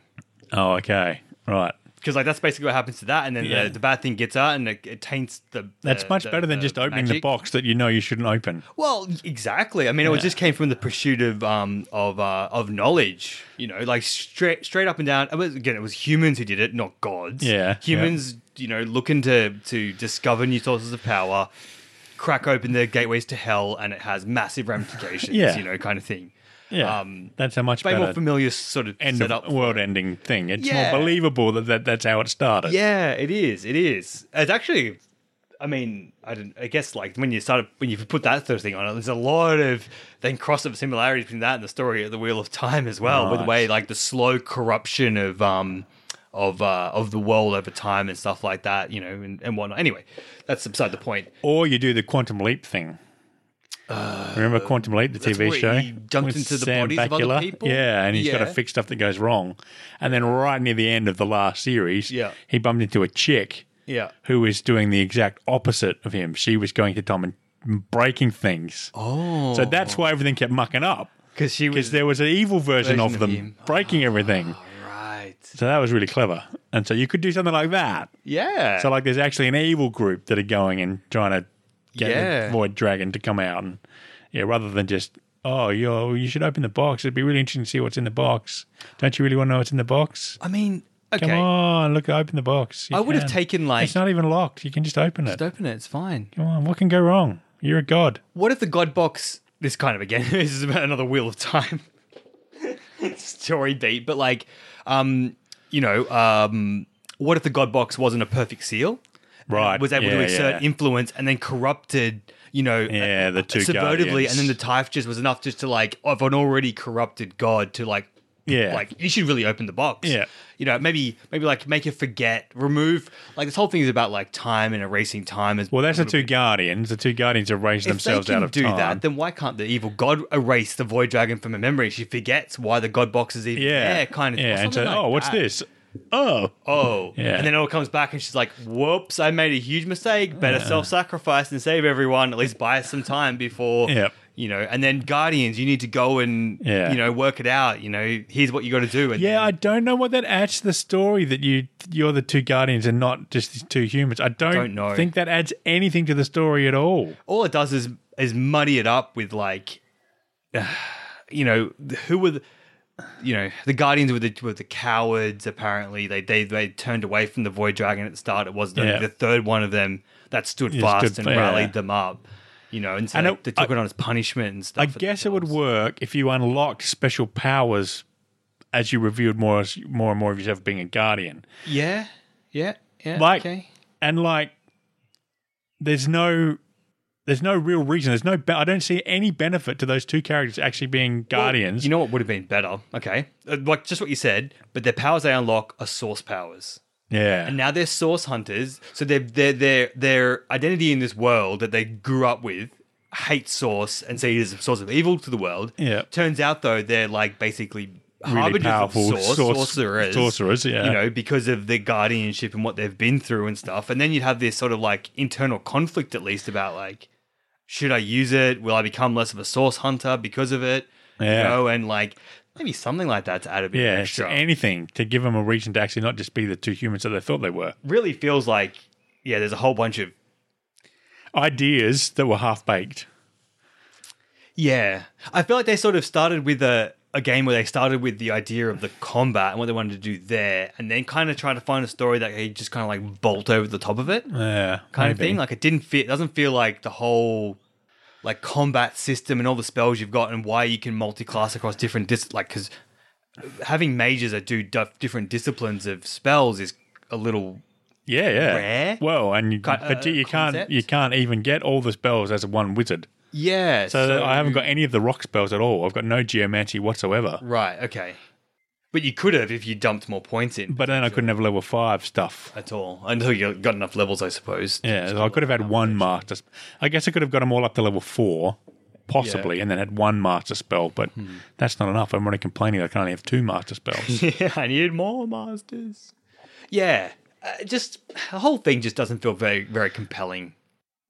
Speaker 2: Oh, okay. Right.
Speaker 1: because like that's basically what happens to that, and then
Speaker 2: Yeah.
Speaker 1: the, the bad thing gets out and it, it taints the.
Speaker 2: That's
Speaker 1: the-
Speaker 2: much
Speaker 1: the-
Speaker 2: better than
Speaker 1: the
Speaker 2: just opening the
Speaker 1: magic.
Speaker 2: box that you know you shouldn't open.
Speaker 1: Well, exactly. I mean, it
Speaker 2: Yeah.
Speaker 1: just came from the pursuit of um of uh, of knowledge. You know, like straight straight up and down. It was, again, it was humans who did it, not gods.
Speaker 2: Yeah,
Speaker 1: humans. You know, looking to to discover new sources of power, crack open the gateways to hell, and it has massive ramifications.
Speaker 2: (laughs) Yeah.
Speaker 1: you know, kind of thing.
Speaker 2: Yeah.
Speaker 1: Um,
Speaker 2: that's a much
Speaker 1: Way more
Speaker 2: better
Speaker 1: familiar sort of
Speaker 2: end
Speaker 1: setup.
Speaker 2: of world ending thing. It's
Speaker 1: Yeah.
Speaker 2: more believable that, that that's how it started.
Speaker 1: Yeah, it is. It is. It's actually. I mean, I didn't. I guess like when you started when you put that sort of thing on it, there's a lot of then cross up similarities between that and the story of the Wheel of Time as well, with the
Speaker 2: Right.
Speaker 1: way like the slow corruption of um of uh, of the world over time and stuff like that, you know, and, and whatnot. Anyway, that's beside the point.
Speaker 2: Or you do the quantum leap thing. Remember Quantum Leap, the
Speaker 1: Uh, that's
Speaker 2: TV
Speaker 1: where
Speaker 2: show?
Speaker 1: he jumped
Speaker 2: with
Speaker 1: into the bodies of other people?
Speaker 2: Yeah, and he's got to
Speaker 1: Yeah.
Speaker 2: fix stuff that goes wrong. And then right near the end of the last series,
Speaker 1: Yeah.
Speaker 2: he bumped into a chick
Speaker 1: Yeah.
Speaker 2: who was doing the exact opposite of him. She was going to Tom and breaking things.
Speaker 1: Oh,
Speaker 2: So that's why everything kept mucking up
Speaker 1: because she
Speaker 2: because
Speaker 1: was
Speaker 2: there was an evil version,
Speaker 1: Version
Speaker 2: of
Speaker 1: of
Speaker 2: them
Speaker 1: him. Ah.
Speaker 2: breaking everything.
Speaker 1: right.
Speaker 2: So that was really clever. And so you could do something like that.
Speaker 1: Yeah.
Speaker 2: So like, there's actually an evil group that are going and trying to get
Speaker 1: Yeah.
Speaker 2: the Void Dragon to come out, and yeah, rather than just oh, you you should open the box. It'd be really interesting to see what's in the box. Don't you really want to know what's in the box?
Speaker 1: I mean, okay.
Speaker 2: Come on, look, open the box. You
Speaker 1: I would have
Speaker 2: can.
Speaker 1: taken like
Speaker 2: It's not even locked. You can just open it.
Speaker 1: just open it. It's fine.
Speaker 2: Come on, what can go wrong? You're a god.
Speaker 1: What if the God box? This kind of again. (laughs) this is about another Wheel of Time (laughs) story beat, but like, um, you know, um, what if the God box wasn't a perfect seal?
Speaker 2: Right,
Speaker 1: Was able to
Speaker 2: yeah,
Speaker 1: exert
Speaker 2: yeah.
Speaker 1: influence and then corrupted. You know,
Speaker 2: Yeah, the two
Speaker 1: subvertively,
Speaker 2: guardians.
Speaker 1: and then the Typh just was enough just to like of an already corrupted God to like.
Speaker 2: Yeah.
Speaker 1: Like you should really open the box.
Speaker 2: Yeah.
Speaker 1: You know, maybe maybe like make it forget, remove like this whole thing is about like time and erasing time as
Speaker 2: Well, that's the two guardians. The two guardians are raising
Speaker 1: if they
Speaker 2: themselves
Speaker 1: can
Speaker 2: out of
Speaker 1: do
Speaker 2: time.
Speaker 1: that, then why can't the evil god erase the void dragon from her memory? She forgets why the god box is even
Speaker 2: yeah,
Speaker 1: there, kind of.
Speaker 2: Yeah, and so
Speaker 1: something like
Speaker 2: oh, what's
Speaker 1: that.
Speaker 2: this? Oh,
Speaker 1: Oh,
Speaker 2: Yeah.
Speaker 1: and then it all comes back, and she's like, "Whoops, I made a huge mistake. Better self-sacrifice and save everyone. At least buy us some time before."
Speaker 2: Yep.
Speaker 1: You know, and then guardians, you need to go and
Speaker 2: Yeah.
Speaker 1: you know work it out. You know, here's what you got to do. And
Speaker 2: Yeah, I don't know what that adds to the story that you you're the two guardians and not just these two humans. I don't,
Speaker 1: Don't know.
Speaker 2: think that adds anything to the story at all.
Speaker 1: all it does is is muddy it up with like, (sighs) you know, who were the, you know the guardians were the were the cowards. Apparently, they they they turned away from the void dragon at the start. It was the,
Speaker 2: Yeah.
Speaker 1: the third one of them that stood
Speaker 2: Yeah,
Speaker 1: fast
Speaker 2: stood-
Speaker 1: and
Speaker 2: yeah.
Speaker 1: rallied them up. You know, and so
Speaker 2: And
Speaker 1: they,
Speaker 2: it-
Speaker 1: they took it on as punishment and stuff.
Speaker 2: I guess it would work if you unlocked special powers as you revealed more as- more and more of yourself being a guardian.
Speaker 1: Yeah, yeah, yeah.
Speaker 2: Like
Speaker 1: okay.
Speaker 2: and like there's no there's no real reason. There's no be- I don't see any benefit to those two characters actually being guardians.
Speaker 1: You know what would have been better? Okay, Uh, like just what you said, but the powers they unlock are source powers.
Speaker 2: yeah.
Speaker 1: And now they're source hunters. So their their their their identity in this world that they grew up with hates source and see it as a source of evil to the world.
Speaker 2: Yeah.
Speaker 1: Turns out though they're like basically
Speaker 2: Really
Speaker 1: harbingers
Speaker 2: powerful
Speaker 1: of source,
Speaker 2: source-
Speaker 1: sorcerers.
Speaker 2: sorcerers, yeah.
Speaker 1: You know, because of their guardianship and what they've been through and stuff. And then you'd have this sort of like internal conflict at least about like should I use it? Will I become less of a source hunter because of it? You
Speaker 2: Yeah.
Speaker 1: know, and like maybe something like that to add a bit of
Speaker 2: yeah,
Speaker 1: extra.
Speaker 2: anything to give them a reason to actually not just be the two humans that they thought they were.
Speaker 1: really feels like yeah, there's a whole bunch of
Speaker 2: ideas that were half baked.
Speaker 1: Yeah, I feel like they sort of started with a a game where they started with the idea of the combat and what they wanted to do there, and then kind of trying to find a story that they just kind of like bolt over the top of it, kind
Speaker 2: Yeah,
Speaker 1: of thing. Like it didn't fit. Doesn't feel like the whole like combat system and all the spells you've got and why you can multi-class across different dis like because having mages that do d- different disciplines of spells is a little
Speaker 2: yeah, yeah.
Speaker 1: Rare? uh,
Speaker 2: Well, and you, but you can't
Speaker 1: concept?
Speaker 2: you can't even get all the spells as one wizard.
Speaker 1: yeah.
Speaker 2: So, I haven't got any of the rock spells at all. I've got no geomancy whatsoever.
Speaker 1: right. Okay, but you could have if you dumped more points in.
Speaker 2: But then I couldn't have level five stuff.
Speaker 1: at all until you got enough levels, I suppose.
Speaker 2: Yeah, so I could have had one master. sp- I guess I could have got them all up to level four, possibly, and then had one master spell. But that's not enough. I'm already complaining. that I can only have two master
Speaker 1: (laughs)
Speaker 2: spells.
Speaker 1: yeah, I needed more masters. Yeah, uh, just the whole thing just doesn't feel very very compelling.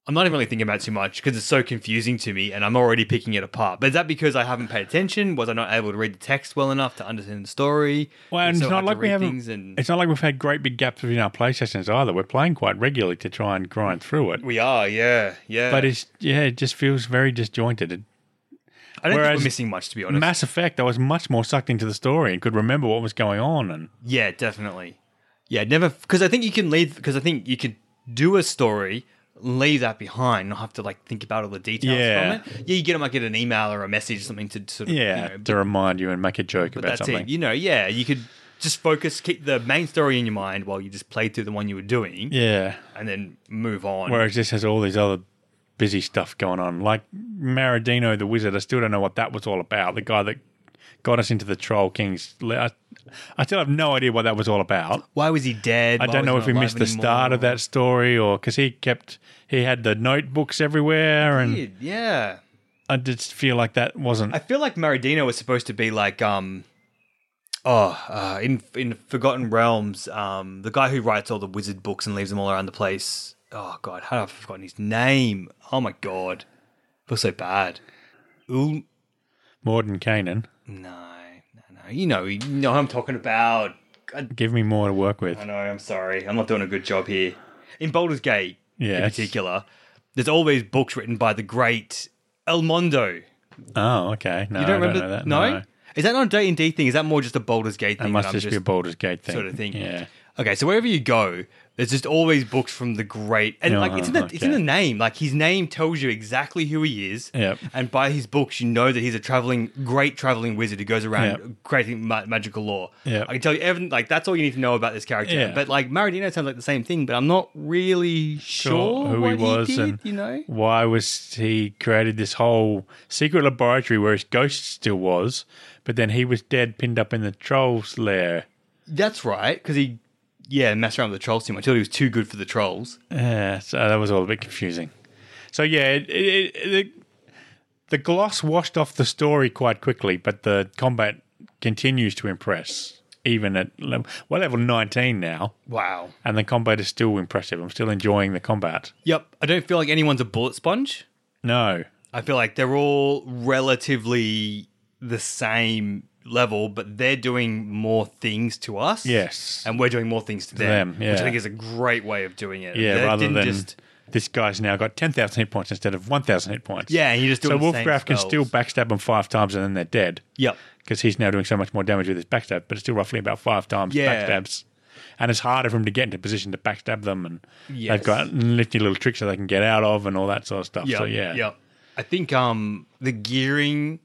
Speaker 1: I'm not even really thinking about it too much because it's so confusing to me, and I'm already picking it apart. But is that because I haven't paid attention? Was I not able to read the text well enough to understand the story?
Speaker 2: Well, and
Speaker 1: so
Speaker 2: it's
Speaker 1: I had
Speaker 2: not
Speaker 1: to
Speaker 2: like we
Speaker 1: read
Speaker 2: haven't.
Speaker 1: things and-
Speaker 2: It's not like we've had great big gaps between our play sessions either. We're playing quite regularly to try and grind through it.
Speaker 1: we are, yeah, yeah.
Speaker 2: But it's yeah, it just feels very disjointed. It-
Speaker 1: I don't think
Speaker 2: whereas-
Speaker 1: we're missing much, to be honest.
Speaker 2: Mass Effect, I was much more sucked into the story and could remember what was going on. And
Speaker 1: Yeah, definitely. Yeah, never because I think you can leave because I think you could do a story, leave that behind, not have to like think about all the details
Speaker 2: Yeah.
Speaker 1: from it. Yeah, you get might get an email or a message or something to sort of
Speaker 2: yeah,
Speaker 1: you know,
Speaker 2: to remind you and make a joke
Speaker 1: but
Speaker 2: about
Speaker 1: that's
Speaker 2: something.
Speaker 1: it. You know, yeah, you could just focus, keep the main story in your mind while you just play through the one you were doing,
Speaker 2: Yeah.
Speaker 1: and then move on.
Speaker 2: Whereas this has all these other busy stuff going on, like Maradino the Wizard. I still don't know what that was all about. The guy that got us into the Troll Kings. I, I still have no idea what that was all about.
Speaker 1: Why was he dead?
Speaker 2: I don't know if we missed the start of that story or because he kept he had the notebooks everywhere, and
Speaker 1: Yeah,
Speaker 2: I just feel like that wasn't.
Speaker 1: I feel like Maradino was supposed to be like um oh uh, in in Forgotten Realms um the guy who writes all the wizard books and leaves them all around the place. Oh god, how have I forgotten his name? Oh my god, I feel so bad. Ooh,
Speaker 2: Morden Kanan,
Speaker 1: no, no, no. You know, you know what I'm talking about. God,
Speaker 2: give me more to work with.
Speaker 1: I know. I'm sorry. I'm not doing a good job here. In Baldur's Gate,
Speaker 2: Yeah,
Speaker 1: in
Speaker 2: it's-
Speaker 1: particular, there's all these books written by the great El Mondo.
Speaker 2: Oh, okay. No,
Speaker 1: You don't
Speaker 2: I
Speaker 1: remember
Speaker 2: don't know that.
Speaker 1: No? Is that not a D and D thing? Is that more just a Baldur's Gate thing?
Speaker 2: It
Speaker 1: that
Speaker 2: must
Speaker 1: I'm
Speaker 2: just be a Baldur's Gate thing.
Speaker 1: sort of thing.
Speaker 2: Yeah.
Speaker 1: Okay, so wherever you go, there's just always books from the great, and like it's in the
Speaker 2: Uh-huh,
Speaker 1: it's in the
Speaker 2: okay.
Speaker 1: name. Like his name tells you exactly who he is.
Speaker 2: Yep.
Speaker 1: And by his books, you know that he's a traveling great traveling wizard who goes around
Speaker 2: Yep.
Speaker 1: creating ma- magical lore.
Speaker 2: Yep.
Speaker 1: I can tell you, everything. like that's all you need to know about this character.
Speaker 2: Yeah.
Speaker 1: But like Maradino sounds like the same thing, but I'm not really sure,
Speaker 2: who
Speaker 1: what
Speaker 2: he was
Speaker 1: did,
Speaker 2: and
Speaker 1: you know.
Speaker 2: why was he created this whole secret laboratory where his ghost still was, but then he was dead, pinned up in the troll's lair.
Speaker 1: That's right, because he yeah messed around with the trolls too much. He thought he was too good for the trolls.
Speaker 2: Yeah, so that was all a bit confusing. So yeah, it, it, it, it, the gloss washed off the story quite quickly, but the combat continues to impress. Even at level, well, level nineteen now,
Speaker 1: Wow.
Speaker 2: and the combat is still impressive. I'm still enjoying the combat.
Speaker 1: Yep. I don't feel like anyone's a bullet sponge.
Speaker 2: No,
Speaker 1: I feel like they're all relatively the same level, but they're doing more things to us.
Speaker 2: yes,
Speaker 1: And we're doing more things to them.
Speaker 2: them, yeah.
Speaker 1: Which I think is a great way of doing it.
Speaker 2: yeah.
Speaker 1: They
Speaker 2: Rather
Speaker 1: didn't
Speaker 2: than this guy's now got ten thousand hit points instead of one thousand hit points.
Speaker 1: Yeah, and you just do
Speaker 2: So
Speaker 1: the same
Speaker 2: Wolfgraf can
Speaker 1: spells.
Speaker 2: still backstab them five times and then they're dead.
Speaker 1: Yep.
Speaker 2: because he's now doing so much more damage with his backstab, but it's still roughly about five times
Speaker 1: Yeah.
Speaker 2: backstabs. And it's harder for him to get into position to backstab them, and
Speaker 1: Yes.
Speaker 2: they've got nifty little tricks that they can get out of, and all that sort of stuff.
Speaker 1: Yep.
Speaker 2: So yeah,
Speaker 1: Yep. I think um the gearing,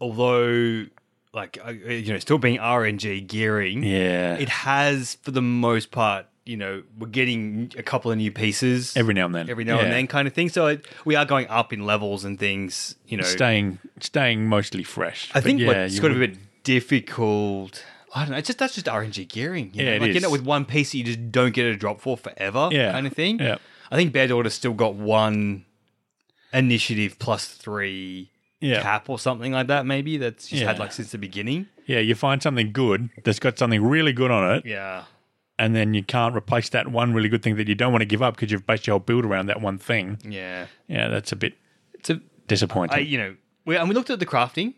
Speaker 1: although like uh, you know, still being RNG gearing.
Speaker 2: yeah.
Speaker 1: It has, for the most part, you know, we're getting a couple of new pieces
Speaker 2: every now and then,
Speaker 1: every now
Speaker 2: Yeah.
Speaker 1: and then kind of thing. So it, we are going up in levels and things, you know.
Speaker 2: staying staying mostly fresh.
Speaker 1: I
Speaker 2: But
Speaker 1: think
Speaker 2: yeah,
Speaker 1: what's
Speaker 2: you
Speaker 1: got to be a
Speaker 2: would-
Speaker 1: bit difficult. I don't know. It's just that's just RNG gearing. You know?
Speaker 2: Yeah, it
Speaker 1: like you end
Speaker 2: is.
Speaker 1: up with one piece that you just don't get a drop for forever.
Speaker 2: Yeah.
Speaker 1: kind of thing.
Speaker 2: Yeah.
Speaker 1: I think Bad Order's still got one initiative plus three
Speaker 2: Yeah.
Speaker 1: cap or something like that. Maybe that's she's had
Speaker 2: Yeah.
Speaker 1: like since the beginning.
Speaker 2: yeah, you find something good that's got something really good on it,
Speaker 1: Yeah.
Speaker 2: and then you can't replace that one really good thing that you don't want to give up because you've based your whole build around that one thing.
Speaker 1: Yeah.
Speaker 2: Yeah, that's a bit
Speaker 1: It's a
Speaker 2: disappointing.
Speaker 1: I, you know we and we looked at the crafting.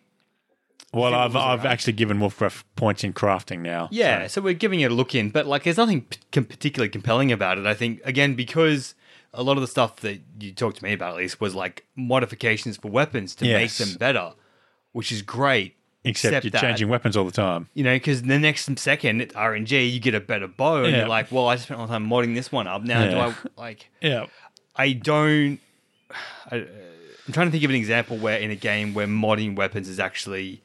Speaker 2: well, I've
Speaker 1: was
Speaker 2: I've actually given Wolfgraf points in crafting now.
Speaker 1: Yeah, so. we're giving it a look in, but like, there's nothing p- com- particularly compelling about it. I think again because a lot of the stuff that you talked to me about at least was like modifications for weapons to
Speaker 2: Yes.
Speaker 1: make them better, which is great.
Speaker 2: Except, you're
Speaker 1: that,
Speaker 2: changing weapons all the time.
Speaker 1: You know, because the next second it's RNG, you get a better bow, and
Speaker 2: Yeah.
Speaker 1: you're like, "Well, I spent all the time modding this one up. Now
Speaker 2: Yeah.
Speaker 1: do I like?"
Speaker 2: Yeah.
Speaker 1: I don't. (sighs) I, I'm trying to think of an example where in a game where modding weapons is actually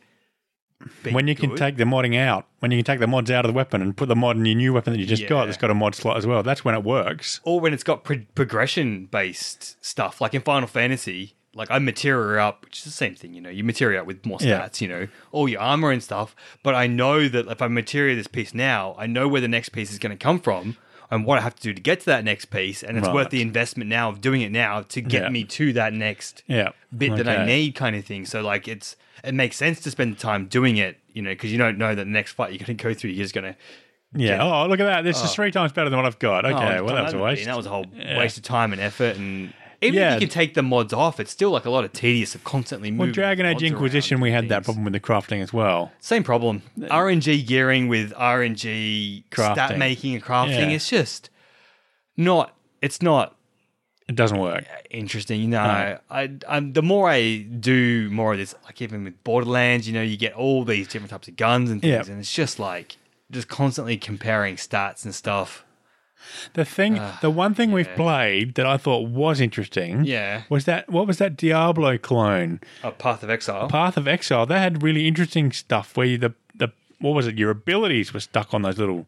Speaker 1: been
Speaker 2: When you can
Speaker 1: good.
Speaker 2: take the modding out, when you can take the mods out of the weapon and put the mod in your new weapon that you just got
Speaker 1: Yeah.
Speaker 2: that's got a mod slot as well, that's when it works.
Speaker 1: or when it's got pro- progression based stuff, like in Final Fantasy, like I materia up, which is the same thing, you know, you materia up with more
Speaker 2: Yeah.
Speaker 1: stats, you know, all your armor and stuff. But I know that if I materia this piece now, I know where the next piece is going to come from and what I have to do to get to that next piece. And it's
Speaker 2: Right.
Speaker 1: worth the investment now of doing it now to get
Speaker 2: Yeah.
Speaker 1: me to that next
Speaker 2: Yeah.
Speaker 1: bit that I
Speaker 2: Okay.
Speaker 1: need kind of thing. So like it's it makes sense to spend time doing it, you know, because you don't know that the next fight you're going to go through, you're just going to
Speaker 2: Yeah. Oh, look at that. This is three times better than what I've got. Okay.
Speaker 1: Oh,
Speaker 2: well, that was
Speaker 1: that'd
Speaker 2: a
Speaker 1: be-
Speaker 2: waste.
Speaker 1: That was a whole waste of time and effort. And even
Speaker 2: Yeah.
Speaker 1: if you can take the mods off, it's still like a lot of tedious of constantly moving.
Speaker 2: well, Dragon Age
Speaker 1: mods around
Speaker 2: Inquisition,
Speaker 1: and
Speaker 2: we had that
Speaker 1: things.
Speaker 2: problem with the crafting as well.
Speaker 1: Same problem. RNG gearing with RNG
Speaker 2: Crafting.
Speaker 1: stat making and crafting.
Speaker 2: Yeah.
Speaker 1: It's just not. It's not
Speaker 2: It doesn't work.
Speaker 1: interesting. No, I, i the more I do more of this, like even with Borderlands, you know, you get all these different types of guns and things,
Speaker 2: Yeah.
Speaker 1: and it's just like just constantly comparing stats and stuff.
Speaker 2: The thing,
Speaker 1: Ah,
Speaker 2: the one thing we've played that I thought was interesting,
Speaker 1: Yeah.
Speaker 2: was that what was that Diablo clone,
Speaker 1: Oh, Path of Exile.
Speaker 2: Path of Exile? They had really interesting stuff where you, the the what was it? Your abilities were stuck on those little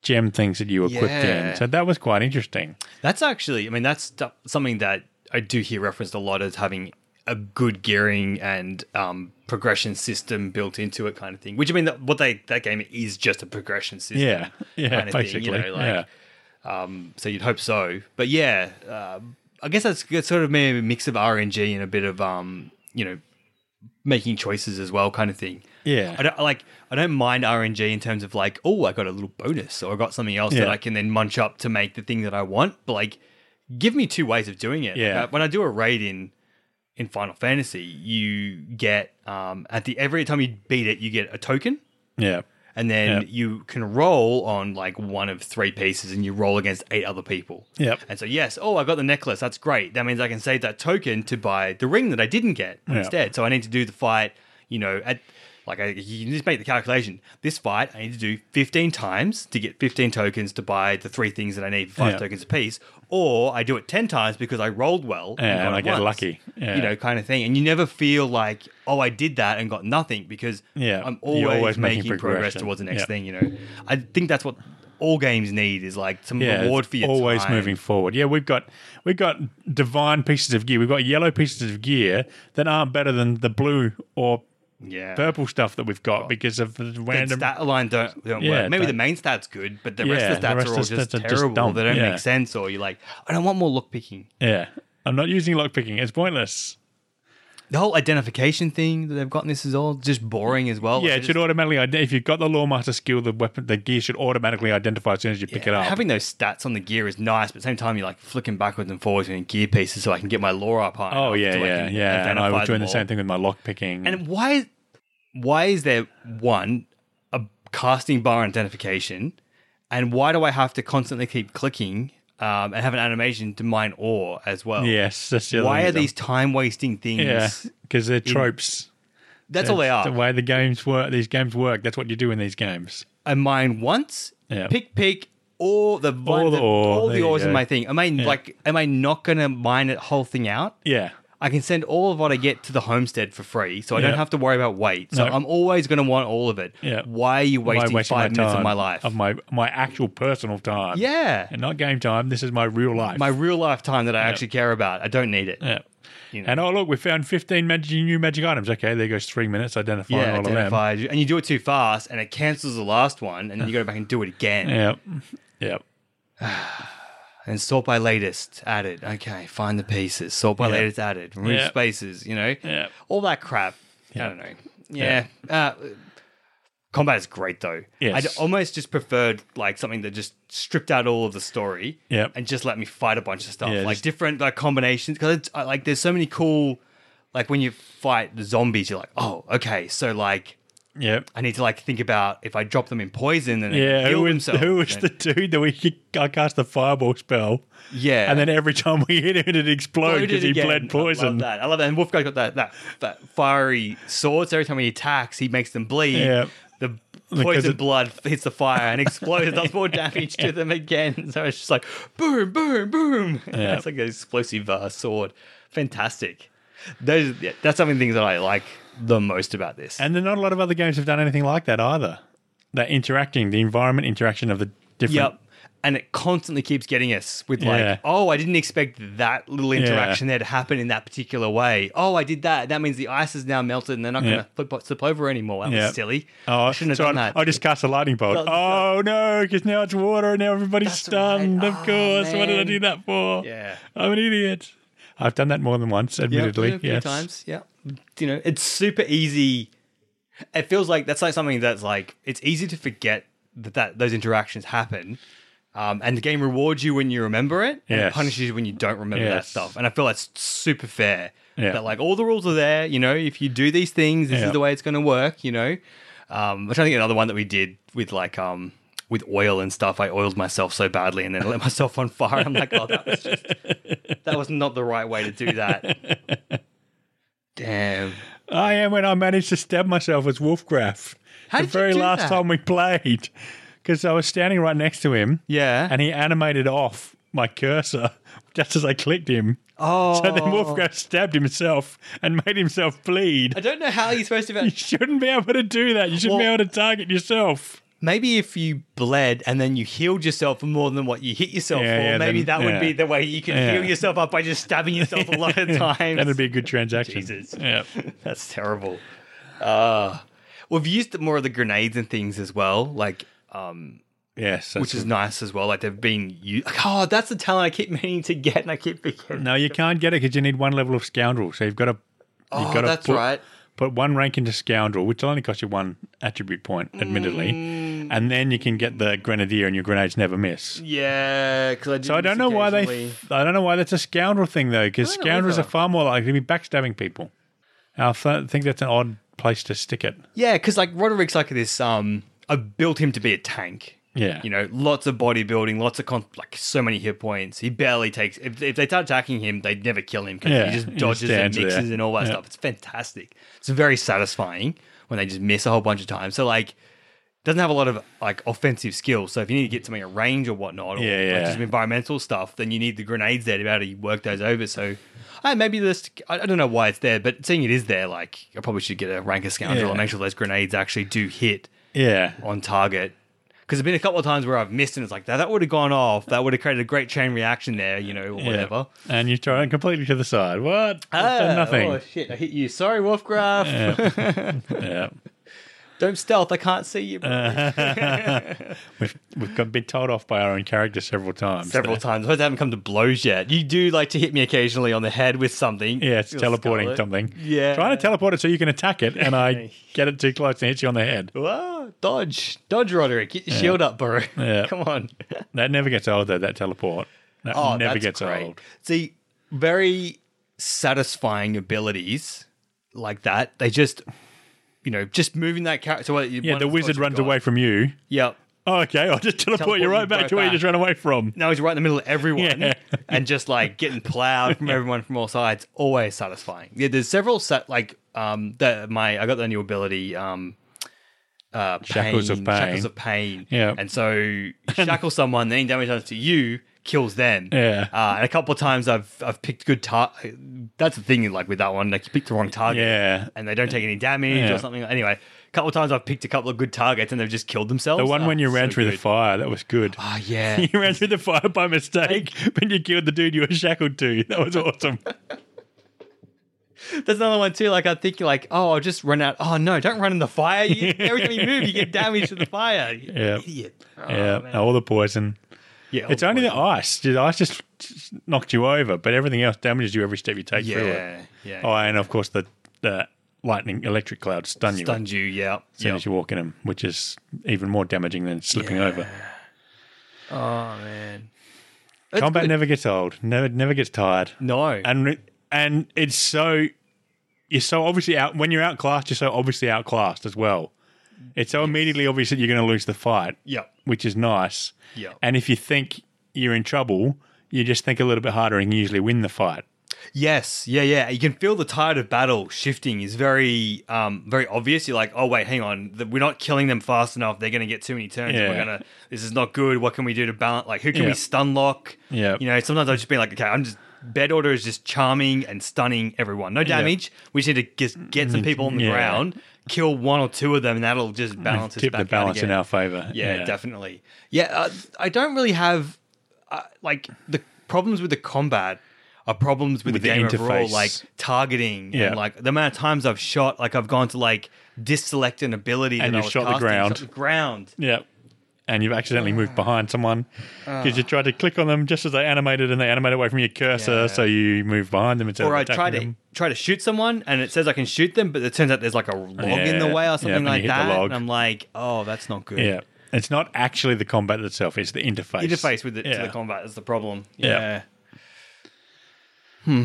Speaker 2: gem things that you equipped
Speaker 1: Yeah.
Speaker 2: in. So that was quite interesting.
Speaker 1: That's actually, I mean, that's stu- something that I do hear referenced a lot as having a good gearing and um, progression system built into it, kind of thing. Which I mean, that, what they that game is just a progression system.
Speaker 2: Yeah, yeah,
Speaker 1: kind of
Speaker 2: basically.
Speaker 1: thing, you know, like,
Speaker 2: yeah.
Speaker 1: Um, so you'd hope so, but yeah, um I guess that's, that's sort of maybe a mix of RNG and a bit of um, you know, making choices as well, kind of thing.
Speaker 2: Yeah.
Speaker 1: I don't like. I don't mind RNG in terms of like, oh, I got a little bonus, or I got something else that
Speaker 2: Yeah.
Speaker 1: I can then munch up to make the thing that I want. But like, give me two ways of doing it. Like,
Speaker 2: Yeah.
Speaker 1: I- when I do a raid in in Final Fantasy, you get um at the every time you beat it, you get a token,
Speaker 2: yeah.
Speaker 1: and then
Speaker 2: Yeah.
Speaker 1: you can roll on like one of three pieces, and you roll against eight other people.
Speaker 2: Yep.
Speaker 1: And so yes, oh, I got the necklace. That's great. That means I can save that token to buy the ring that I didn't get
Speaker 2: Yeah.
Speaker 1: instead. So I need to do the fight. You know, at like I, you can just make the calculation. This fight I need to do fifteen times to get fifteen tokens to buy the three things that I need for five
Speaker 2: Yeah.
Speaker 1: tokens apiece, or I do it ten times because I rolled well
Speaker 2: Yeah,
Speaker 1: got
Speaker 2: and I
Speaker 1: it
Speaker 2: get lucky. Yeah.
Speaker 1: You know, kind of thing. And you never feel like oh, I did that and got nothing because
Speaker 2: Yeah.
Speaker 1: I'm
Speaker 2: You're
Speaker 1: always,
Speaker 2: always making
Speaker 1: making, progress
Speaker 2: progression.
Speaker 1: towards the next
Speaker 2: Yeah.
Speaker 1: thing. You know, I think that's what. All games need is like some
Speaker 2: Yeah,
Speaker 1: reward
Speaker 2: it's
Speaker 1: for your
Speaker 2: always
Speaker 1: time.
Speaker 2: moving forward. Yeah, we've got we've got divine pieces of gear. We've got yellow pieces of gear that aren't better than the blue or
Speaker 1: Yeah.
Speaker 2: purple stuff that we've got because of the
Speaker 1: the
Speaker 2: random.
Speaker 1: stat line don't, don't
Speaker 2: Yeah,
Speaker 1: work. Maybe the
Speaker 2: don't-
Speaker 1: main stat's good, but the
Speaker 2: Yeah,
Speaker 1: rest of
Speaker 2: the
Speaker 1: the stats
Speaker 2: rest
Speaker 1: are all
Speaker 2: of the
Speaker 1: just
Speaker 2: stats are just
Speaker 1: terrible.
Speaker 2: dumb.
Speaker 1: they don't
Speaker 2: Yeah.
Speaker 1: make sense, or you're like, I don't want more lock picking.
Speaker 2: Yeah, I'm not using lockpicking. It's pointless.
Speaker 1: The whole identification thing that they've got in this is all just boring as well.
Speaker 2: yeah, it
Speaker 1: It's
Speaker 2: should
Speaker 1: just-
Speaker 2: automatically. ide- If you've got the lawmaster skill, the weapon, the gear should automatically identify as soon as you pick it up.
Speaker 1: Having those stats on the gear is nice, but at the same time, you're like flicking backwards and forwards in gear pieces so I can get my lore up high.
Speaker 2: oh
Speaker 1: enough
Speaker 2: yeah,
Speaker 1: so I
Speaker 2: yeah,
Speaker 1: can
Speaker 2: yeah. And I
Speaker 1: identify
Speaker 2: was doing
Speaker 1: them
Speaker 2: the
Speaker 1: all.
Speaker 2: same thing with my lockpicking.
Speaker 1: And why, why is there one a casting bar identification, and why do I have to constantly keep clicking um, and have an animation to mine ore as well?
Speaker 2: yes, that's the other
Speaker 1: Why
Speaker 2: thing
Speaker 1: are
Speaker 2: is I'm-
Speaker 1: these time wasting things?
Speaker 2: Yeah, because they're tropes.
Speaker 1: That's all they
Speaker 2: It's The
Speaker 1: are.
Speaker 2: way the games work, these games work. That's what you do in these games.
Speaker 1: I mine once,
Speaker 2: Yeah.
Speaker 1: pick, pick, all the all
Speaker 2: the ore.
Speaker 1: all
Speaker 2: There
Speaker 1: the
Speaker 2: you
Speaker 1: ores in
Speaker 2: go.
Speaker 1: my thing. Am I like? Am I not going to mine it whole thing out?
Speaker 2: Yeah,
Speaker 1: I can send all of what I get to the homestead for free, so I
Speaker 2: Yeah.
Speaker 1: don't have to worry about weight. So
Speaker 2: No.
Speaker 1: I'm always going to want all of it.
Speaker 2: Yeah.
Speaker 1: Why are you
Speaker 2: Am I
Speaker 1: wasting, five minutes
Speaker 2: time,
Speaker 1: of my life?
Speaker 2: of my my actual personal time.
Speaker 1: yeah,
Speaker 2: and not game time. This is my real life.
Speaker 1: my real life time that I actually care about. I don't need it.
Speaker 2: yeah.
Speaker 1: You know.
Speaker 2: And oh look, we found fifteen magic, new magic items. Okay, there goes three minutes identifying
Speaker 1: Yeah,
Speaker 2: all of
Speaker 1: identified. And you do it too fast, and it cancels the last one, and then you go back and do it again.
Speaker 2: them. Yeah, yeah.
Speaker 1: And sort by latest added. Okay, find the pieces. Sort by latest added. Remove
Speaker 2: Yeah.
Speaker 1: spaces, you know?
Speaker 2: Yeah.
Speaker 1: All that crap. I don't know. Yeah. Uh, combat is great, though.
Speaker 2: Yes.
Speaker 1: I'd almost just preferred like something that just stripped out all of the story
Speaker 2: Yep.
Speaker 1: and just let me fight a bunch of stuff.
Speaker 2: Yeah,
Speaker 1: like
Speaker 2: just-
Speaker 1: different like combinations. Because like there's so many cool, like when you fight the zombies, you're like, oh, okay. So like
Speaker 2: Yep.
Speaker 1: I need to like think about if I drop them in poison and
Speaker 2: Yeah,
Speaker 1: kill
Speaker 2: who was,
Speaker 1: themselves.
Speaker 2: who was
Speaker 1: then-
Speaker 2: the dude that we could- I cast the fireball spell?
Speaker 1: (laughs) yeah,
Speaker 2: And then every time we hit him, it exploded
Speaker 1: Loaded
Speaker 2: because he
Speaker 1: again.
Speaker 2: bled
Speaker 1: I love
Speaker 2: poison.
Speaker 1: that. I love that. And Wolfguard got that that, that fiery swords. Every time he attacks, he makes them bleed.
Speaker 2: Yeah.
Speaker 1: The
Speaker 2: Because
Speaker 1: poison
Speaker 2: it-
Speaker 1: blood hits the fire and explodes. It does more damage
Speaker 2: (laughs)
Speaker 1: to them again. (laughs) So it's just like boom, boom, boom.
Speaker 2: Yeah.
Speaker 1: (laughs) It's like an explosive uh, sword. Fantastic. Those yeah, that's something things that I like the most about this.
Speaker 2: And then not a lot of other games have done anything like that either. That interacting, the environment interaction of the different.
Speaker 1: Yep. And it constantly keeps getting us with like,
Speaker 2: Yeah.
Speaker 1: oh, I didn't expect that little interaction there to happen in that particular way. Oh, I did that. That means the ice is now melted and they're not
Speaker 2: Yeah.
Speaker 1: going to flip slip over anymore. That
Speaker 2: Yeah.
Speaker 1: was silly.
Speaker 2: Oh,
Speaker 1: I shouldn't have
Speaker 2: so
Speaker 1: done
Speaker 2: I,
Speaker 1: that.
Speaker 2: I just cast a lightning bolt.
Speaker 1: That's-
Speaker 2: oh no, because now it's water and now everybody's
Speaker 1: That's
Speaker 2: stunned.
Speaker 1: right.
Speaker 2: Of
Speaker 1: Oh,
Speaker 2: course, what did I
Speaker 1: man.
Speaker 2: do that for?
Speaker 1: Yeah.
Speaker 2: I'm an idiot. I've done that more than once,
Speaker 1: Yeah,
Speaker 2: admittedly.
Speaker 1: a few
Speaker 2: yes.
Speaker 1: times. Yeah. You know, it's super easy. It feels like that's like something that's like it's easy to forget that, that those interactions happen. Um, and the game rewards you when you remember it, and it
Speaker 2: Yes.
Speaker 1: punishes you when you don't remember that
Speaker 2: Yes.
Speaker 1: stuff. And I feel that's super fair.
Speaker 2: Yeah.
Speaker 1: That like all the rules are there. You know, if you do these things, this
Speaker 2: Yeah.
Speaker 1: is the way it's going to work. You know, um, which I think another one that we did with like um with oil and stuff. I oiled myself so badly and then let (laughs) myself on fire. I'm like, oh, that was just that was not the right way to do that. Damn.
Speaker 2: I am when I managed to stab myself as Wolfgraf.
Speaker 1: How
Speaker 2: the
Speaker 1: did you
Speaker 2: very
Speaker 1: do
Speaker 2: last
Speaker 1: that?
Speaker 2: time we played, because I was standing right next to him,
Speaker 1: Yeah.
Speaker 2: and he animated off my cursor just as I clicked him.
Speaker 1: oh.
Speaker 2: So then Wolfgraf stabbed himself and made himself bleed.
Speaker 1: I don't know how you're supposed to.
Speaker 2: (laughs) You shouldn't be able to do that. You shouldn't
Speaker 1: Well-
Speaker 2: be able to target yourself.
Speaker 1: Maybe if you bled and then you healed yourself for more than what you hit yourself
Speaker 2: Yeah,
Speaker 1: for,
Speaker 2: yeah,
Speaker 1: maybe
Speaker 2: then-
Speaker 1: that would
Speaker 2: yeah.
Speaker 1: be the way you can
Speaker 2: Yeah.
Speaker 1: heal yourself up by just stabbing yourself a lot of times.
Speaker 2: (laughs) That'd be a good transaction.
Speaker 1: Jesus.
Speaker 2: Yeah.
Speaker 1: (laughs) That's terrible. Uh, we've used more of the grenades and things as well, like um,
Speaker 2: Yes.
Speaker 1: which is nice as well. Like they've been u- oh, that's the talent I keep meaning to get, and I keep forgetting.
Speaker 2: no, you can't get it because you need one level of scoundrel. So you've got to. You've
Speaker 1: oh,
Speaker 2: got to
Speaker 1: that's
Speaker 2: put,
Speaker 1: right.
Speaker 2: Put one rank into scoundrel, which will only cost you one attribute point, admittedly,
Speaker 1: Mm.
Speaker 2: and then you can get the grenadier, and your grenades never miss.
Speaker 1: Yeah, because I did
Speaker 2: So I
Speaker 1: this
Speaker 2: don't know why they.
Speaker 1: occasionally.
Speaker 2: I don't know why that's a scoundrel thing though, because
Speaker 1: I don't know
Speaker 2: scoundrels are
Speaker 1: either.
Speaker 2: far more likely to be backstabbing people. I th- think that's an odd place to stick it.
Speaker 1: Yeah, because like Roderick's like this. Um, I built him to be a tank.
Speaker 2: Yeah.
Speaker 1: You know, lots of bodybuilding, lots of con- like so many hit points. He barely takes. If, if they start attacking him, they never kill him because
Speaker 2: Yeah,
Speaker 1: he just
Speaker 2: he just
Speaker 1: dodges and
Speaker 2: stands there.
Speaker 1: mixes and all that
Speaker 2: Yeah.
Speaker 1: stuff. It's fantastic. It's very satisfying when they just miss a whole bunch of times. So like, doesn't have a lot of like offensive skills. So if you need to get something at range or whatnot, or
Speaker 2: Yeah, yeah.
Speaker 1: Like, just some environmental stuff, then you need the grenades there to be able to work those over. So. I maybe this. I I don't know why it's there, but seeing it is there, like I probably should get a rank of scoundrel
Speaker 2: Yeah.
Speaker 1: and make sure those grenades actually do hit
Speaker 2: Yeah.
Speaker 1: on target. Because there's been a couple of times where I've missed and it's like that, that would have gone off. That would have created a great chain reaction there, you know, or
Speaker 2: Yeah.
Speaker 1: whatever.
Speaker 2: And you throw it completely to the side. What? It's
Speaker 1: Ah,
Speaker 2: done nothing.
Speaker 1: Oh shit! I hit you. Sorry, Wolfgraf.
Speaker 2: (laughs) Yeah.
Speaker 1: (laughs) Don't stealth. I can't see you. bro.
Speaker 2: Uh, We've we've got been told off by our own character several times.
Speaker 1: Several
Speaker 2: times.
Speaker 1: times. I haven't come to blows yet. You do like to hit me occasionally on the head with something.
Speaker 2: Yeah, it's
Speaker 1: You'll
Speaker 2: teleporting
Speaker 1: skull it.
Speaker 2: something.
Speaker 1: Yeah.
Speaker 2: Trying to teleport it so you can attack it, and
Speaker 1: (laughs)
Speaker 2: I get it too close and hit you on the head.
Speaker 1: Whoa, dodge, dodge, Roderick. Get your shield up, bro. (laughs)
Speaker 2: Yeah.
Speaker 1: Come on.
Speaker 2: That never gets old though. That teleport. That
Speaker 1: Oh,
Speaker 2: never
Speaker 1: that's
Speaker 2: gets
Speaker 1: great.
Speaker 2: old.
Speaker 1: See, very satisfying abilities like that. They just, you know, just moving that character. So what,
Speaker 2: Yeah, the wizard runs away from you.
Speaker 1: Yep.
Speaker 2: Oh, okay. I'll just teleport, you
Speaker 1: Teleport
Speaker 2: right
Speaker 1: you
Speaker 2: back
Speaker 1: right
Speaker 2: to where you
Speaker 1: back.
Speaker 2: just ran away from.
Speaker 1: Now he's right in the middle of everyone
Speaker 2: (laughs) Yeah.
Speaker 1: (laughs) and just like getting plowed from everyone from all sides. Always satisfying. Yeah, there's several set like um that my I got the new ability um uh
Speaker 2: Shackles of Pain.
Speaker 1: Shackles of pain.
Speaker 2: Yeah.
Speaker 1: And so
Speaker 2: (laughs)
Speaker 1: you shackle someone, then damage done to you kills them.
Speaker 2: Yeah.
Speaker 1: Uh, and a couple of times I've I've picked good tar- that's the thing like with that one, like you pick the wrong target
Speaker 2: Yeah.
Speaker 1: and they don't take any damage
Speaker 2: Yeah.
Speaker 1: or something. Anyway, a couple of times I've picked a couple of good targets and they've just killed themselves.
Speaker 2: The one when you ran through
Speaker 1: the
Speaker 2: the fire, that was good.
Speaker 1: Ah yeah.
Speaker 2: (laughs) You ran through the fire by mistake, but you killed the dude you were shackled to. That was awesome.
Speaker 1: That's another one too. Like I think like, oh, I'll just run out. Oh no, don't run in the fire.
Speaker 2: (laughs)
Speaker 1: You, every time you move, you get damage to the fire. You
Speaker 2: Yeah.
Speaker 1: Idiot. Oh,
Speaker 2: yeah,
Speaker 1: man.
Speaker 2: all the poison.
Speaker 1: yeah.
Speaker 2: It's only the ice. The ice just knocked you over, but everything else damages you every step you take through
Speaker 1: yeah,
Speaker 2: it.
Speaker 1: yeah.
Speaker 2: Oh, and of course the the lightning electric clouds stun you as
Speaker 1: stunned you. Yeah,
Speaker 2: soon
Speaker 1: yeah.
Speaker 2: as you walk in them, which is even more damaging than slipping
Speaker 1: Yeah.
Speaker 2: over.
Speaker 1: Oh man. That's
Speaker 2: Combat
Speaker 1: good.
Speaker 2: never gets old. Never never gets tired.
Speaker 1: No.
Speaker 2: and and it's so you're so obviously out when you're outclassed. You're so obviously outclassed as well. It's so immediately obvious that you're going to lose the fight,
Speaker 1: Yep.
Speaker 2: which is nice.
Speaker 1: Yeah.
Speaker 2: And if you think you're in trouble, you just think a little bit harder and you usually win the fight.
Speaker 1: Yes, yeah, yeah. You can feel the tide of battle shifting is very, um, very obvious. You're like, oh wait, hang on, Th- we're not killing them fast enough. They're going to get too many turns.
Speaker 2: Yeah.
Speaker 1: We're gonna, this is not good. What can we do to balance? Like, who can
Speaker 2: Yeah.
Speaker 1: we stun lock?
Speaker 2: Yeah.
Speaker 1: you know. Sometimes I've just been like, okay, I'm just bed order is just charming and stunning everyone. No damage. We just need to just get some people on the
Speaker 2: Mm-hmm. Yeah. Mm-hmm.
Speaker 1: ground, kill one or two of them, and that'll just balance us
Speaker 2: Tip
Speaker 1: back
Speaker 2: the
Speaker 1: out
Speaker 2: balance in
Speaker 1: again.
Speaker 2: our favor.
Speaker 1: Yeah, definitely. Yeah, uh, I don't really have uh, like the problems with the combat are problems with,
Speaker 2: With
Speaker 1: the
Speaker 2: the
Speaker 1: game overall,
Speaker 2: interface.
Speaker 1: like targeting
Speaker 2: Yeah.
Speaker 1: and like the amount of times I've shot. Like I've gone to like deselect an ability
Speaker 2: And
Speaker 1: that I
Speaker 2: you've
Speaker 1: was
Speaker 2: shot the
Speaker 1: casting,
Speaker 2: ground.
Speaker 1: shot the ground.
Speaker 2: Yeah. And you've
Speaker 1: Uh.
Speaker 2: accidentally moved behind someone because you tried to click on them just as they animated and they animate away from your cursor.
Speaker 1: Yeah.
Speaker 2: So you move behind them instead
Speaker 1: Or
Speaker 2: of
Speaker 1: I try
Speaker 2: attacking
Speaker 1: to
Speaker 2: them.
Speaker 1: try to shoot someone, and it says I can shoot them, but it turns out there's like a log in the
Speaker 2: Yeah.
Speaker 1: way
Speaker 2: Yeah,
Speaker 1: or something
Speaker 2: and you
Speaker 1: like
Speaker 2: hit the
Speaker 1: that.
Speaker 2: log.
Speaker 1: And I'm like, oh, that's not good.
Speaker 2: Yeah. It's not actually the combat itself, it's the interface.
Speaker 1: Interface with it to
Speaker 2: Yeah.
Speaker 1: the combat is the problem.
Speaker 2: Yeah.
Speaker 1: yeah.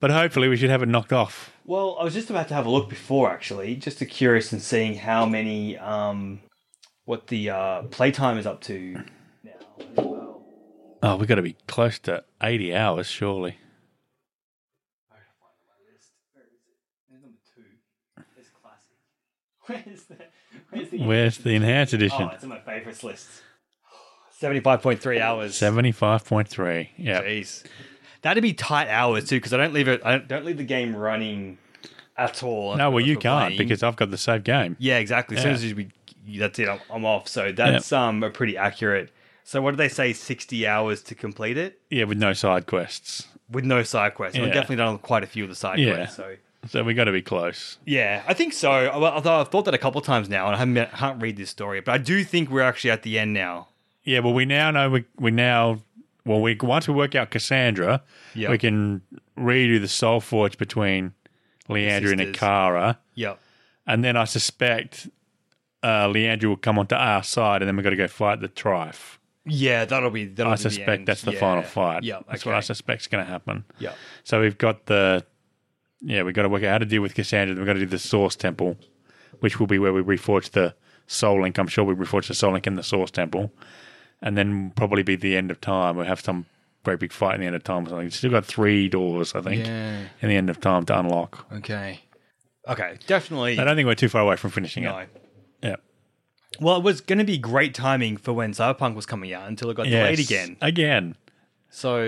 Speaker 2: But hopefully we should have it knocked off.
Speaker 1: Well, I was just about to have a look before, actually, just to curious and seeing how many, um, what the uh, playtime is up to now. as well.
Speaker 2: Oh, we've got to be close to 80 hours, surely.
Speaker 1: There's number two. There's classic. Where's the? Where's the?
Speaker 2: Where's the enhanced edition?
Speaker 1: Oh, it's on my favorites list. (sighs) Seventy-five point three hours.
Speaker 2: 75.3. Yeah.
Speaker 1: Jeez, that'd be tight hours too, because I don't leave it. I don't, don't leave the game running at all.
Speaker 2: No, well, you
Speaker 1: If we're
Speaker 2: can't
Speaker 1: playing.
Speaker 2: because I've got the save game.
Speaker 1: Yeah, exactly. As
Speaker 2: Yeah.
Speaker 1: soon as we, that's it. I'm, I'm off. So that's um a pretty accurate. So what do they say? Sixty hours to complete it
Speaker 2: Yeah, with no side quests.
Speaker 1: with no side quests. We've
Speaker 2: Yeah.
Speaker 1: definitely done quite a few of the side
Speaker 2: Yeah.
Speaker 1: quests. So
Speaker 2: So we got to be close.
Speaker 1: yeah, I think so. Although although I've thought that a couple times now, and I haven't, I can't read this story, but I do think we're actually at the end now.
Speaker 2: Yeah, well, we now know we we now well we once we work out Cassandra,
Speaker 1: Yeah.
Speaker 2: we can redo the soul forge between Leandra and
Speaker 1: sisters.
Speaker 2: Akara,
Speaker 1: Yep.
Speaker 2: and then I suspect uh, Leandra will come onto our side, and then we got to go fight the Trife.
Speaker 1: Yeah, that'll be. That'll
Speaker 2: I
Speaker 1: be the
Speaker 2: suspect
Speaker 1: end.
Speaker 2: that's the
Speaker 1: Yeah.
Speaker 2: final fight.
Speaker 1: Yep.
Speaker 2: that's
Speaker 1: okay.
Speaker 2: what I suspect's going to happen.
Speaker 1: Yep.
Speaker 2: So we've got the yeah, we've got to work out how to deal with Cassandra. Then we've got to do the Source Temple, which will be where we reforge the Soul Link. I'm sure we reforge the Soul Link in the Source Temple, and then probably be the end of time. We'll have some very big fight in the end of time or something. We've still got three doors, I think,
Speaker 1: Yeah.
Speaker 2: in the end of time to unlock.
Speaker 1: Okay. Okay. Definitely.
Speaker 2: I don't think we're too far away from finishing
Speaker 1: No.
Speaker 2: it. Yeah.
Speaker 1: Well, it was going to be great timing for when Cyberpunk was coming out until it got delayed
Speaker 2: Yes.
Speaker 1: again.
Speaker 2: Again.
Speaker 1: So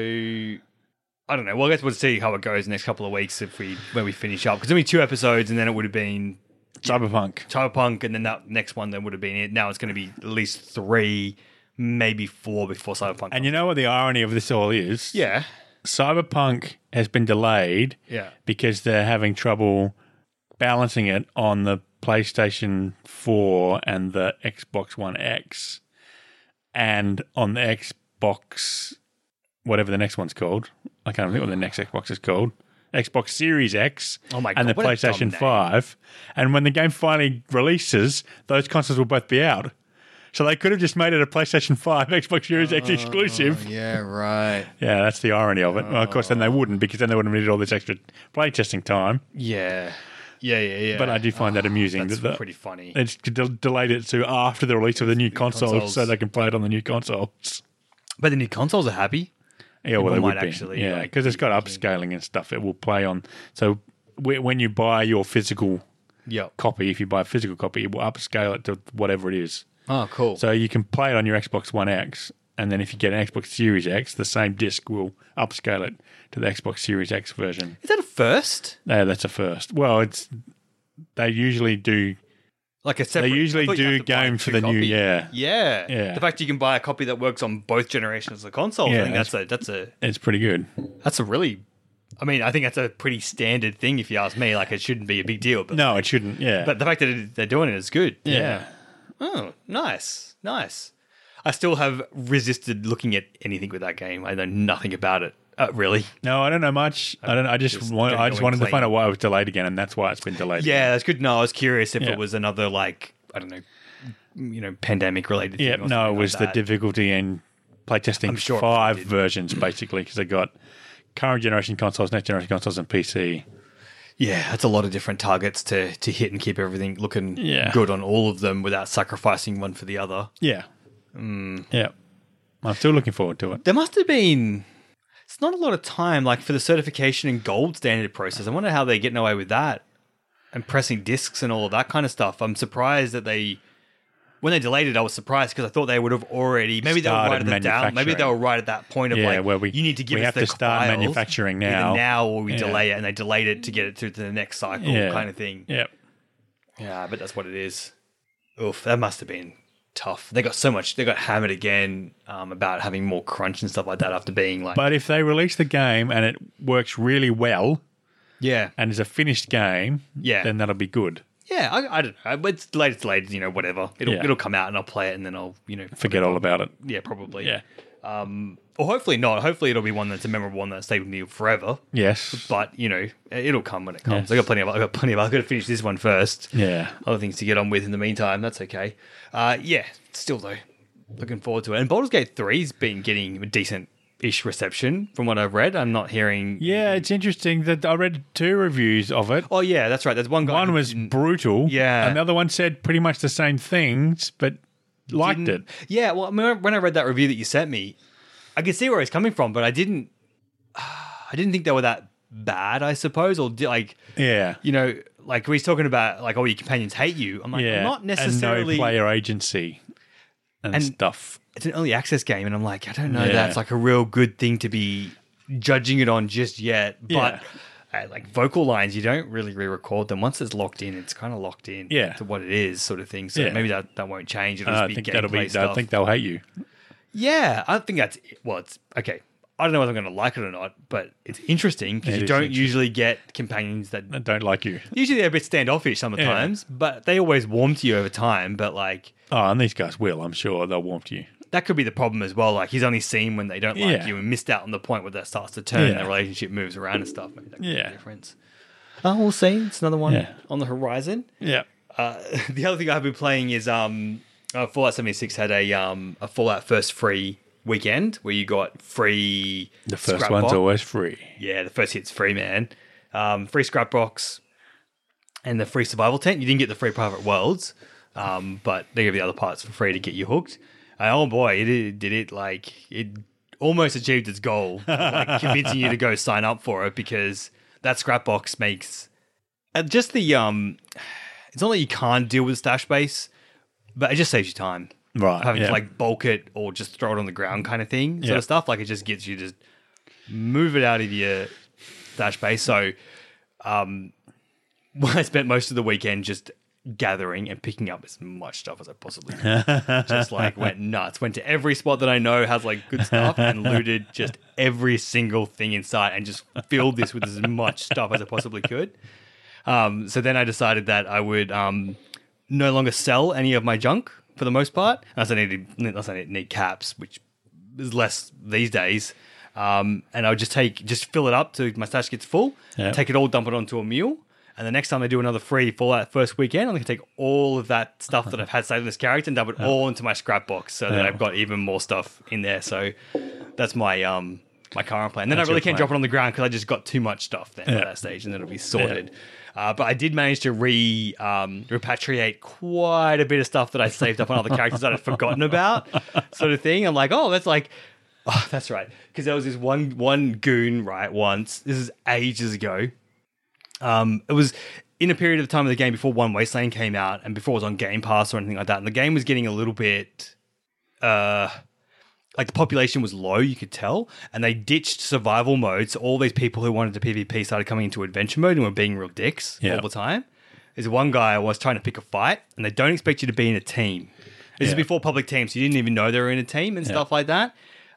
Speaker 1: I don't know. Well, I guess we'll see how it goes next couple of weeks if we when we finish up because only two episodes, and then it would have been
Speaker 2: Cyberpunk.
Speaker 1: Cyberpunk, and then that next one then would have been it. Now it's going to be at least three, maybe four before Cyberpunk.
Speaker 2: And you know what the irony of this all is?
Speaker 1: yeah,
Speaker 2: Cyberpunk has been delayed
Speaker 1: yeah,
Speaker 2: because they're having trouble balancing it on the PlayStation 4 and the Xbox One X. And on the Xbox, whatever the next one's called, I can't remember what the next Xbox is called. Xbox Series X
Speaker 1: Oh my
Speaker 2: and the
Speaker 1: God, what a dumb
Speaker 2: PlayStation
Speaker 1: name.
Speaker 2: 5. And when the game finally releases, those consoles will both be out. So they could have just made it a PlayStation 5 (laughs) Xbox Series X exclusive.
Speaker 1: yeah, right,
Speaker 2: Yeah, that's the irony of it. Well, of course, then they wouldn't because then they wouldn't need all this extra playtesting time.
Speaker 1: yeah, yeah, yeah, yeah.
Speaker 2: But I do find that amusing.
Speaker 1: Ah, that's
Speaker 2: that the,
Speaker 1: pretty funny.
Speaker 2: It's de- delayed it to after the release of the new consoles,
Speaker 1: consoles.
Speaker 2: so they can play it on the new consoles.
Speaker 1: But the new consoles are happy.
Speaker 2: Yeah, well, they
Speaker 1: People
Speaker 2: would
Speaker 1: might
Speaker 2: be.
Speaker 1: actually,
Speaker 2: yeah,
Speaker 1: like,
Speaker 2: because it's got upscaling and stuff. It will play on. So whe- when you buy your physical
Speaker 1: Yep.
Speaker 2: copy, if you buy a physical copy, it will upscale it to whatever it is.
Speaker 1: Oh, cool.
Speaker 2: So you can play it on your Xbox One X, and then if you get an Xbox Series X, the same disc will upscale it to the Xbox Series X version.
Speaker 1: is that a first?
Speaker 2: No, that's a first. Well, it's they usually do.
Speaker 1: Like a
Speaker 2: They
Speaker 1: separate?
Speaker 2: usually
Speaker 1: I thought you
Speaker 2: do
Speaker 1: had to buy
Speaker 2: game for
Speaker 1: two
Speaker 2: the new
Speaker 1: copies.
Speaker 2: year.
Speaker 1: Yeah.
Speaker 2: Yeah.
Speaker 1: The fact you can buy a copy that works on both generations of the consoles,
Speaker 2: Yeah,
Speaker 1: I think that's a that's a
Speaker 2: It's pretty good.
Speaker 1: that's a really I mean, I think that's a pretty standard thing if you ask me. Like it shouldn't be a big deal, but
Speaker 2: No, it shouldn't. Yeah,
Speaker 1: but the fact that it- they're doing it is good.
Speaker 2: yeah.
Speaker 1: Oh, nice. Nice. I still have resisted looking at anything with that game. I know nothing about it. Uh, really?
Speaker 2: No, I don't know much. I don't. I just,
Speaker 1: Just
Speaker 2: want.
Speaker 1: get
Speaker 2: I just
Speaker 1: going
Speaker 2: wanted to
Speaker 1: clean.
Speaker 2: find out why it was delayed again, and that's why it's been delayed.
Speaker 1: Yeah, that's good. No, I was curious if
Speaker 2: Yeah.
Speaker 1: it was another like I don't know, you know, pandemic related.
Speaker 2: Yeah.
Speaker 1: thing or
Speaker 2: No, it
Speaker 1: something
Speaker 2: was
Speaker 1: like
Speaker 2: the
Speaker 1: that.
Speaker 2: difficulty in playtesting
Speaker 1: sure it
Speaker 2: five
Speaker 1: did.
Speaker 2: versions basically because they got current generation consoles, next generation consoles, and PC.
Speaker 1: yeah, that's a lot of different targets to to hit and keep everything looking
Speaker 2: Yeah.
Speaker 1: good on all of them without sacrificing one for the other.
Speaker 2: Yeah. Yeah. Mm. I'm still looking forward to it.
Speaker 1: There must have been. It's not a lot of time, like for the certification and gold standard process. I wonder how they're getting away with that and pressing discs and all of that kind of stuff. I'm surprised that they, when they delayed it, I was surprised because I thought they would have already. Maybe they were right at
Speaker 2: Started
Speaker 1: the down. Maybe they
Speaker 2: manufacturing.
Speaker 1: were right at that point of
Speaker 2: Yeah,
Speaker 1: like,
Speaker 2: where we-
Speaker 1: you need to give
Speaker 2: we
Speaker 1: us
Speaker 2: have
Speaker 1: the
Speaker 2: to start
Speaker 1: files
Speaker 2: manufacturing
Speaker 1: either
Speaker 2: now.
Speaker 1: now or we
Speaker 2: Yeah.
Speaker 1: delay it, and they delayed it to get it through to the next cycle,
Speaker 2: Yeah.
Speaker 1: kind of thing.
Speaker 2: Yeah.
Speaker 1: Yeah, but that's what it is. Oof, that must have been tough. They got so much. They got hammered again um, about having more crunch and stuff like that after being like,
Speaker 2: But if they release the game and it works really well
Speaker 1: yeah,
Speaker 2: and is a finished game,
Speaker 1: Yeah.
Speaker 2: then that'll be good.
Speaker 1: yeah. I, I don't know. But It's delayed. It's delayed. You know, whatever. It'll
Speaker 2: Yeah.
Speaker 1: it'll come out and I'll play it and then I'll you know
Speaker 2: Forget all about it.
Speaker 1: yeah probably
Speaker 2: Yeah.
Speaker 1: or hopefully not. Hopefully it'll be one that's a memorable one that stays with me forever.
Speaker 2: Yes.
Speaker 1: But you know, it'll come when it comes.
Speaker 2: Yes.
Speaker 1: I got plenty of. I got plenty of. I got to finish this one first.
Speaker 2: Yeah.
Speaker 1: other things to get on with in the meantime. That's okay. Uh, yeah, still though, looking forward to it. And Baldur's Gate three's been getting a decent ish reception from what I've read. I'm not hearing.
Speaker 2: Yeah, it's interesting that I read two reviews of it.
Speaker 1: Oh yeah, that's right. There's one guy.
Speaker 2: One
Speaker 1: who
Speaker 2: was brutal.
Speaker 1: Yeah.
Speaker 2: And the other one said pretty much the same things, but liked
Speaker 1: didn't-
Speaker 2: it.
Speaker 1: Yeah. Well, I mean, when I read that review that you sent me, I could see where he's coming from, but I didn't. (sighs) I didn't think they were that bad. I suppose, or di- like
Speaker 2: Yeah.
Speaker 1: you know, like he's talking about like all your companions hate you. I'm like,
Speaker 2: Yeah.
Speaker 1: not necessarily.
Speaker 2: And no player agency and,
Speaker 1: And-
Speaker 2: stuff.
Speaker 1: it's an early access game, and I'm like, I don't know,
Speaker 2: Yeah.
Speaker 1: that's like a real good thing to be judging it on just yet. But uh, like vocal lines, you don't really re-record them. Once it's locked in, it's kind of locked in
Speaker 2: Yeah.
Speaker 1: to what it is, sort of thing. So
Speaker 2: Yeah.
Speaker 1: maybe that, that won't change. It'll
Speaker 2: Uh,
Speaker 1: just
Speaker 2: I
Speaker 1: be
Speaker 2: think
Speaker 1: gameplay
Speaker 2: that'll be.
Speaker 1: stuff.
Speaker 2: I think they'll hate you.
Speaker 1: yeah, I think that's well. It's okay. I don't know whether I'm going to like it or not, but it's interesting because
Speaker 2: It
Speaker 1: you
Speaker 2: is
Speaker 1: don't
Speaker 2: interesting.
Speaker 1: usually get companions that
Speaker 2: I don't like you.
Speaker 1: usually they're a bit standoffish sometimes, but they always warm to you over time. But like
Speaker 2: Oh, and these guys will. I'm sure they'll warm to you.
Speaker 1: that could be the problem as well. Like he's only seen when they don't like
Speaker 2: Yeah.
Speaker 1: you and missed out on the point where that starts to turn and
Speaker 2: Yeah.
Speaker 1: the relationship moves around and stuff. Maybe that could
Speaker 2: Yeah.
Speaker 1: be the difference. Oh, we'll see. It's another one
Speaker 2: Yeah.
Speaker 1: on the horizon.
Speaker 2: Yeah.
Speaker 1: Uh, (laughs) the other thing I've been playing is um, uh, Fallout 76 had a um, a Fallout first free weekend where you got free
Speaker 2: The first
Speaker 1: scrap
Speaker 2: one's
Speaker 1: box.
Speaker 2: always free.
Speaker 1: Yeah, the first hit's free, man. Um, free scrap box and the free survival tent. You didn't get the free private worlds, um, but they give you the other parts for free to get you hooked. And oh boy, it, it did it like it almost achieved its goal, of, like convincing you to go sign up for it because that scrap box makes uh, just the um. It's not that you can't deal with stash base, but it just saves you time
Speaker 2: Right.
Speaker 1: having
Speaker 2: yeah.
Speaker 1: to like bulk it or just throw it on the ground kind of thing sort
Speaker 2: Yeah.
Speaker 1: of stuff like it just gets you to just move it out of your stash base so um (laughs) well, i spent most of the weekend just gathering and picking up as much stuff as i possibly
Speaker 2: (laughs)
Speaker 1: could just like went nuts went to every spot that i know has like good stuff and looted just every single thing in sight and just filled this with as much stuff as i possibly could um, so then I decided that I would um, no longer sell any of my junk for the most part. Unless I needed, unless I didn't need caps, which is less these days. Um, and I would just take, just fill it up till my stash gets full,
Speaker 2: Yeah.
Speaker 1: take it all, dump it onto a mule. And the next time I do another free Fallout first weekend, I'm going to take all of that stuff that I've had saved in this character and dump it all into my scrap box so that
Speaker 2: Yeah.
Speaker 1: I've got even more stuff in there. So that's my um, my current plan. Then
Speaker 2: That's
Speaker 1: I really
Speaker 2: your
Speaker 1: can't
Speaker 2: plan.
Speaker 1: drop it on the ground because I just got too much stuff then
Speaker 2: Yeah.
Speaker 1: at that stage and then it'll be sorted. Uh, but I did manage to re um, repatriate quite a bit of stuff that I saved up on other characters that I'd forgotten about, sort of thing. I'm like, oh, that's like, oh, that's right, because there was this one one goon right once. This is ages ago. Um, it was in a period of time of the game before One Wasteland came out and before it was on Game Pass or anything like that. And the game was getting a little bit uh like the population was low, you could tell, and they ditched survival mode. So all these people who wanted to PvP started coming into adventure mode and were being real dicks
Speaker 2: Yeah.
Speaker 1: all the time. There's one guy I was trying to pick a fight, and they don't expect you to be in a team. This is
Speaker 2: Yeah.
Speaker 1: before public teams, so you didn't even know they were in a team and stuff like that.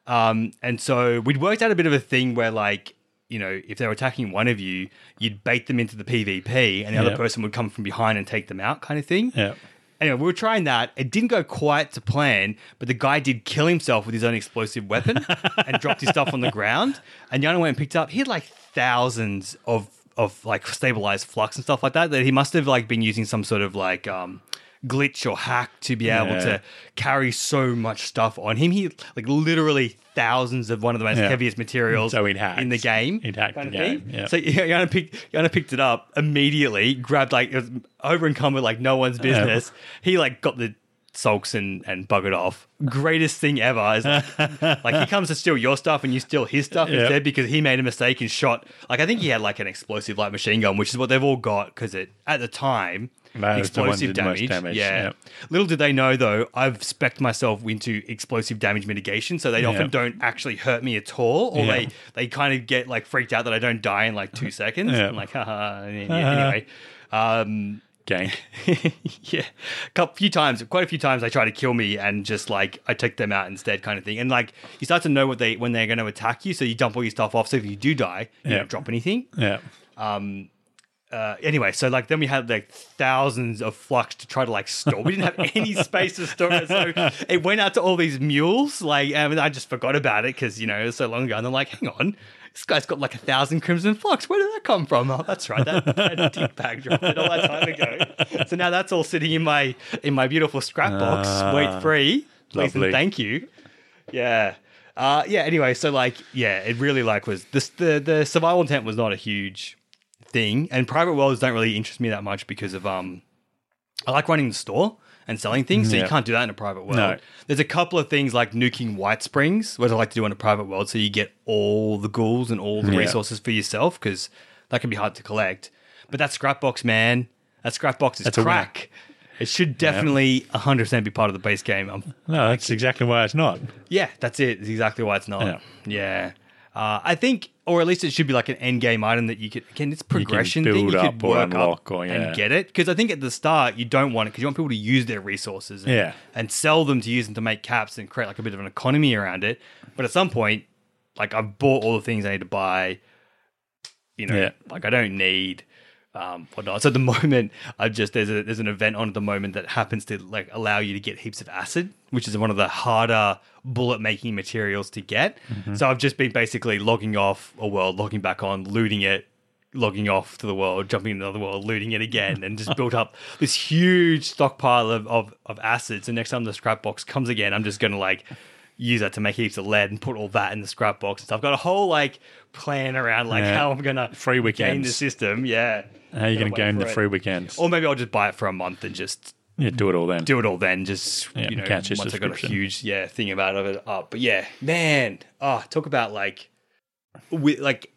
Speaker 1: Um, and so we'd worked out a bit of a thing where, like, you know, if they were attacking one of you, you'd bait them into the PvP, and the
Speaker 2: Yeah.
Speaker 1: other person would come from behind and take them out, kind of thing.
Speaker 2: Yeah.
Speaker 1: Anyway, we were trying that. It didn't go quite to plan, but the guy did kill himself with his own explosive
Speaker 2: (laughs)
Speaker 1: weapon and dropped his stuff on the ground. And Yana went and picked up. He had like thousands of of like stabilized flux and stuff like that. That he must have like been using some sort of like um, glitch or hack to be able
Speaker 2: Yeah.
Speaker 1: to carry so much stuff on him. He like literally thousands of one of the most
Speaker 2: Yeah.
Speaker 1: heaviest materials
Speaker 2: So he'd hacked.
Speaker 1: in the game.
Speaker 2: He'd hacked
Speaker 1: kind
Speaker 2: the
Speaker 1: of
Speaker 2: game.
Speaker 1: thing.
Speaker 2: Yeah.
Speaker 1: So (laughs) Yana picked Yana picked it up immediately, grabbed like it was over and come with like no one's business. He like got the sulks and and buggered off. Greatest thing ever
Speaker 2: (laughs)
Speaker 1: is like, like he comes to steal your stuff and you steal his stuff
Speaker 2: Yeah.
Speaker 1: instead because he made a mistake and shot like I think he had like an explosive light machine gun, which is what they've all got because it at the time
Speaker 2: That is the one
Speaker 1: explosive
Speaker 2: that did
Speaker 1: damage.
Speaker 2: most damage,
Speaker 1: Yeah.
Speaker 2: yeah.
Speaker 1: Little did they know though, I've specced myself into explosive damage mitigation, so they often
Speaker 2: Yeah.
Speaker 1: don't actually hurt me at all, or
Speaker 2: Yeah.
Speaker 1: they they kind of get like freaked out that I don't die in like
Speaker 2: (laughs)
Speaker 1: two seconds.
Speaker 2: Yeah.
Speaker 1: I'm like, haha. and then-
Speaker 2: Haha.
Speaker 1: Anyway, (laughs) um, (laughs)
Speaker 2: Gank.
Speaker 1: yeah, a few times, quite a few times, they try to kill me, and just like I take them out instead, kind of thing. And like you start to know what they when they're going to attack you, so you dump all your stuff off. So if you do die, you
Speaker 2: Yeah.
Speaker 1: don't drop anything
Speaker 2: Yeah.
Speaker 1: uh, anyway, so like then we had like thousands of flux to try to like store. We didn't have any space to store it, so it went out to all these mules. Like, and I just forgot about it because you know it was so long ago. And I'm like, hang on, this guy's got like a thousand crimson flux. Where did that come from? Oh, that's right, that, that dick bag dropped it all that time ago. So now that's all sitting in my in my beautiful scrap box,
Speaker 2: Ah,
Speaker 1: weight free. Please and
Speaker 2: lovely.
Speaker 1: thank you. Yeah. Uh, yeah. Anyway, so like, yeah, it really like was this the the survival intent was not a huge thing, and private worlds don't really interest me that much because of um, I like running the store and selling things, so you
Speaker 2: Yeah.
Speaker 1: can't do that in a private world.
Speaker 2: No.
Speaker 1: There's a couple of things like nuking White Springs, what I like to do in a private world, so you get all the ghouls and all the
Speaker 2: Yeah.
Speaker 1: resources for yourself because that can be hard to collect. But that scrapbox, man, that scrapbox is
Speaker 2: That's a winner.
Speaker 1: crack. It should definitely 100% be part of the base game. I'm
Speaker 2: No, that's exactly why it's not.
Speaker 1: yeah, that's it. It's exactly why it's not. Yeah.
Speaker 2: Yeah.
Speaker 1: Uh, I think, or at least it should be like an end game item that you could, again, it's progression thing.
Speaker 2: build
Speaker 1: You could
Speaker 2: up or
Speaker 1: work up
Speaker 2: unlock or- yeah.
Speaker 1: and get it. Because I think at the start, you don't want it because you want people to use their resources and,
Speaker 2: Yeah.
Speaker 1: and sell them to use them to make caps and create like a bit of an economy around it. But at some point, like I've bought all the things I need to buy, you know,
Speaker 2: Yeah.
Speaker 1: like I don't need um whatnot. So at the (laughs) moment, I just there's a there's an event on at the moment that happens to like allow you to get heaps of acid, which is one of the harder bullet making materials to get.
Speaker 2: Mm-hmm.
Speaker 1: So I've just been basically logging off a world, logging back on, looting it, logging off to the world, jumping into another world, looting it again, and
Speaker 2: (laughs)
Speaker 1: just built up this huge stockpile of of, of acid. So next time the scrap box comes again, I'm just gonna like use that to make heaps of lead and put all that in the scrap box and stuff. I've got a whole like plan around like
Speaker 2: Yeah.
Speaker 1: how I'm gonna
Speaker 2: Free
Speaker 1: game the
Speaker 2: weekends.
Speaker 1: system. Yeah,
Speaker 2: How are you
Speaker 1: Gotta
Speaker 2: going to
Speaker 1: wait
Speaker 2: gain the
Speaker 1: for it.
Speaker 2: free weekends?
Speaker 1: or maybe I'll just buy it for a month and just
Speaker 2: yeah, do it all then.
Speaker 1: do it all then. Just
Speaker 2: Yeah,
Speaker 1: you know,
Speaker 2: catch your
Speaker 1: once I got a
Speaker 2: subscription.
Speaker 1: huge yeah thing about it up. But yeah, man, oh, talk about like with like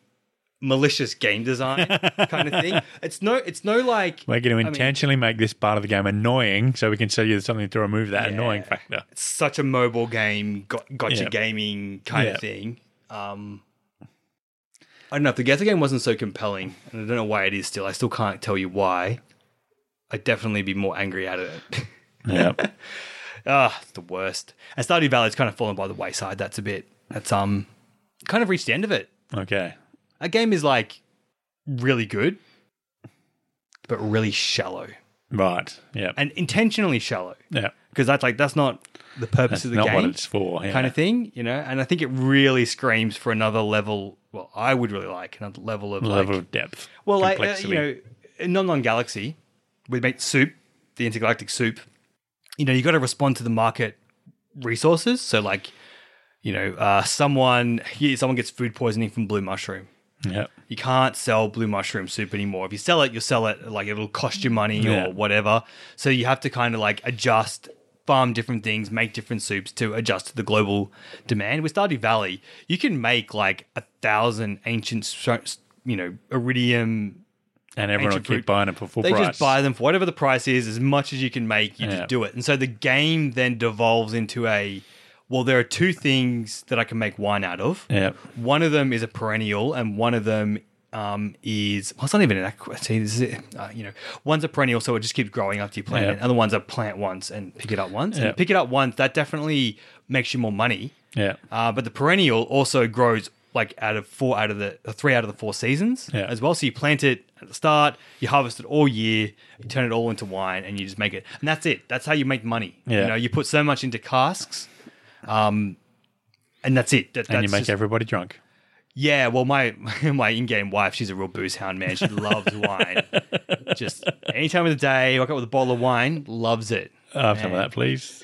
Speaker 1: malicious game
Speaker 2: (laughs)
Speaker 1: design kind of thing. It's no, it's no like
Speaker 2: We're going to intentionally make this part of the game annoying so we can sell you something to remove that
Speaker 1: Yeah.
Speaker 2: annoying factor.
Speaker 1: such a mobile game, got, gotcha
Speaker 2: Yeah.
Speaker 1: gaming kind
Speaker 2: Yeah.
Speaker 1: of thing. Um, I don't know if the Gaza game wasn't so compelling, and I don't know why it is still. I still can't tell you why. I'd definitely be more angry at it. (laughs)
Speaker 2: Yeah.
Speaker 1: Ah, it's the worst. And Stardew Valley's kind of fallen by the wayside. That's a bit. That's um, kind of reached the end of it.
Speaker 2: (laughs) okay.
Speaker 1: A game is like really good, but really shallow
Speaker 2: Right. Yeah.
Speaker 1: and intentionally shallow
Speaker 2: Yeah.
Speaker 1: because that's like that's not the purpose of the
Speaker 2: Not
Speaker 1: game
Speaker 2: what it's for. Yeah.
Speaker 1: kind of thing, you know. And I think it really screams for another level. Well, I would really like another level of
Speaker 2: Level
Speaker 1: like,
Speaker 2: of depth.
Speaker 1: well, like uh,
Speaker 2: complexity.
Speaker 1: you know, in Non Non Galaxy, we make soup, the intergalactic soup. You know, you got to respond to the market resources. So, like, you know, uh, someone here, someone gets food poisoning from blue mushroom.
Speaker 2: Yeah.
Speaker 1: You can't sell blue mushroom soup anymore. If you sell it, you'll sell it like it'll cost you money
Speaker 2: Yeah.
Speaker 1: or whatever. So you have to kind of like adjust, farm different things, make different soups to adjust to the global demand. With Stardew Valley, you can make like a thousand ancient, stro- you know, iridium
Speaker 2: And everyone will
Speaker 1: ancient
Speaker 2: keep
Speaker 1: fruit-
Speaker 2: buying it for full
Speaker 1: they
Speaker 2: price.
Speaker 1: just buy them for whatever the price is, as much as you can make, you
Speaker 2: Yeah.
Speaker 1: just do it. And so the game then devolves into a well, there are two things that I can make wine out of.
Speaker 2: Yeah.
Speaker 1: One of them is a perennial, and one of them um, is well, it's not even an aqu- see, this is it. Uh, you know, one's a perennial, so it just keeps growing after you plant
Speaker 2: Yeah.
Speaker 1: it. Other ones are plant once and pick it up once.
Speaker 2: Yeah.
Speaker 1: And pick it up once that definitely makes you more money.
Speaker 2: Yeah.
Speaker 1: Uh, but the perennial also grows like out of four out of the uh, three out of the four seasons
Speaker 2: Yeah.
Speaker 1: as well. So you plant it at the start, you harvest it all year, you turn it all into wine, and you just make it. And that's it. That's how you make money. You
Speaker 2: Yeah.
Speaker 1: know, you put so much into casks, um, and that's it. That, that's
Speaker 2: and you make
Speaker 1: just-
Speaker 2: everybody drunk.
Speaker 1: yeah, well, my (laughs) my in-game wife, she's a real booze hound, man. She loves
Speaker 2: (laughs)
Speaker 1: wine. Just any time of the day, wake up with a bottle of wine, loves it.
Speaker 2: I have some of that, please.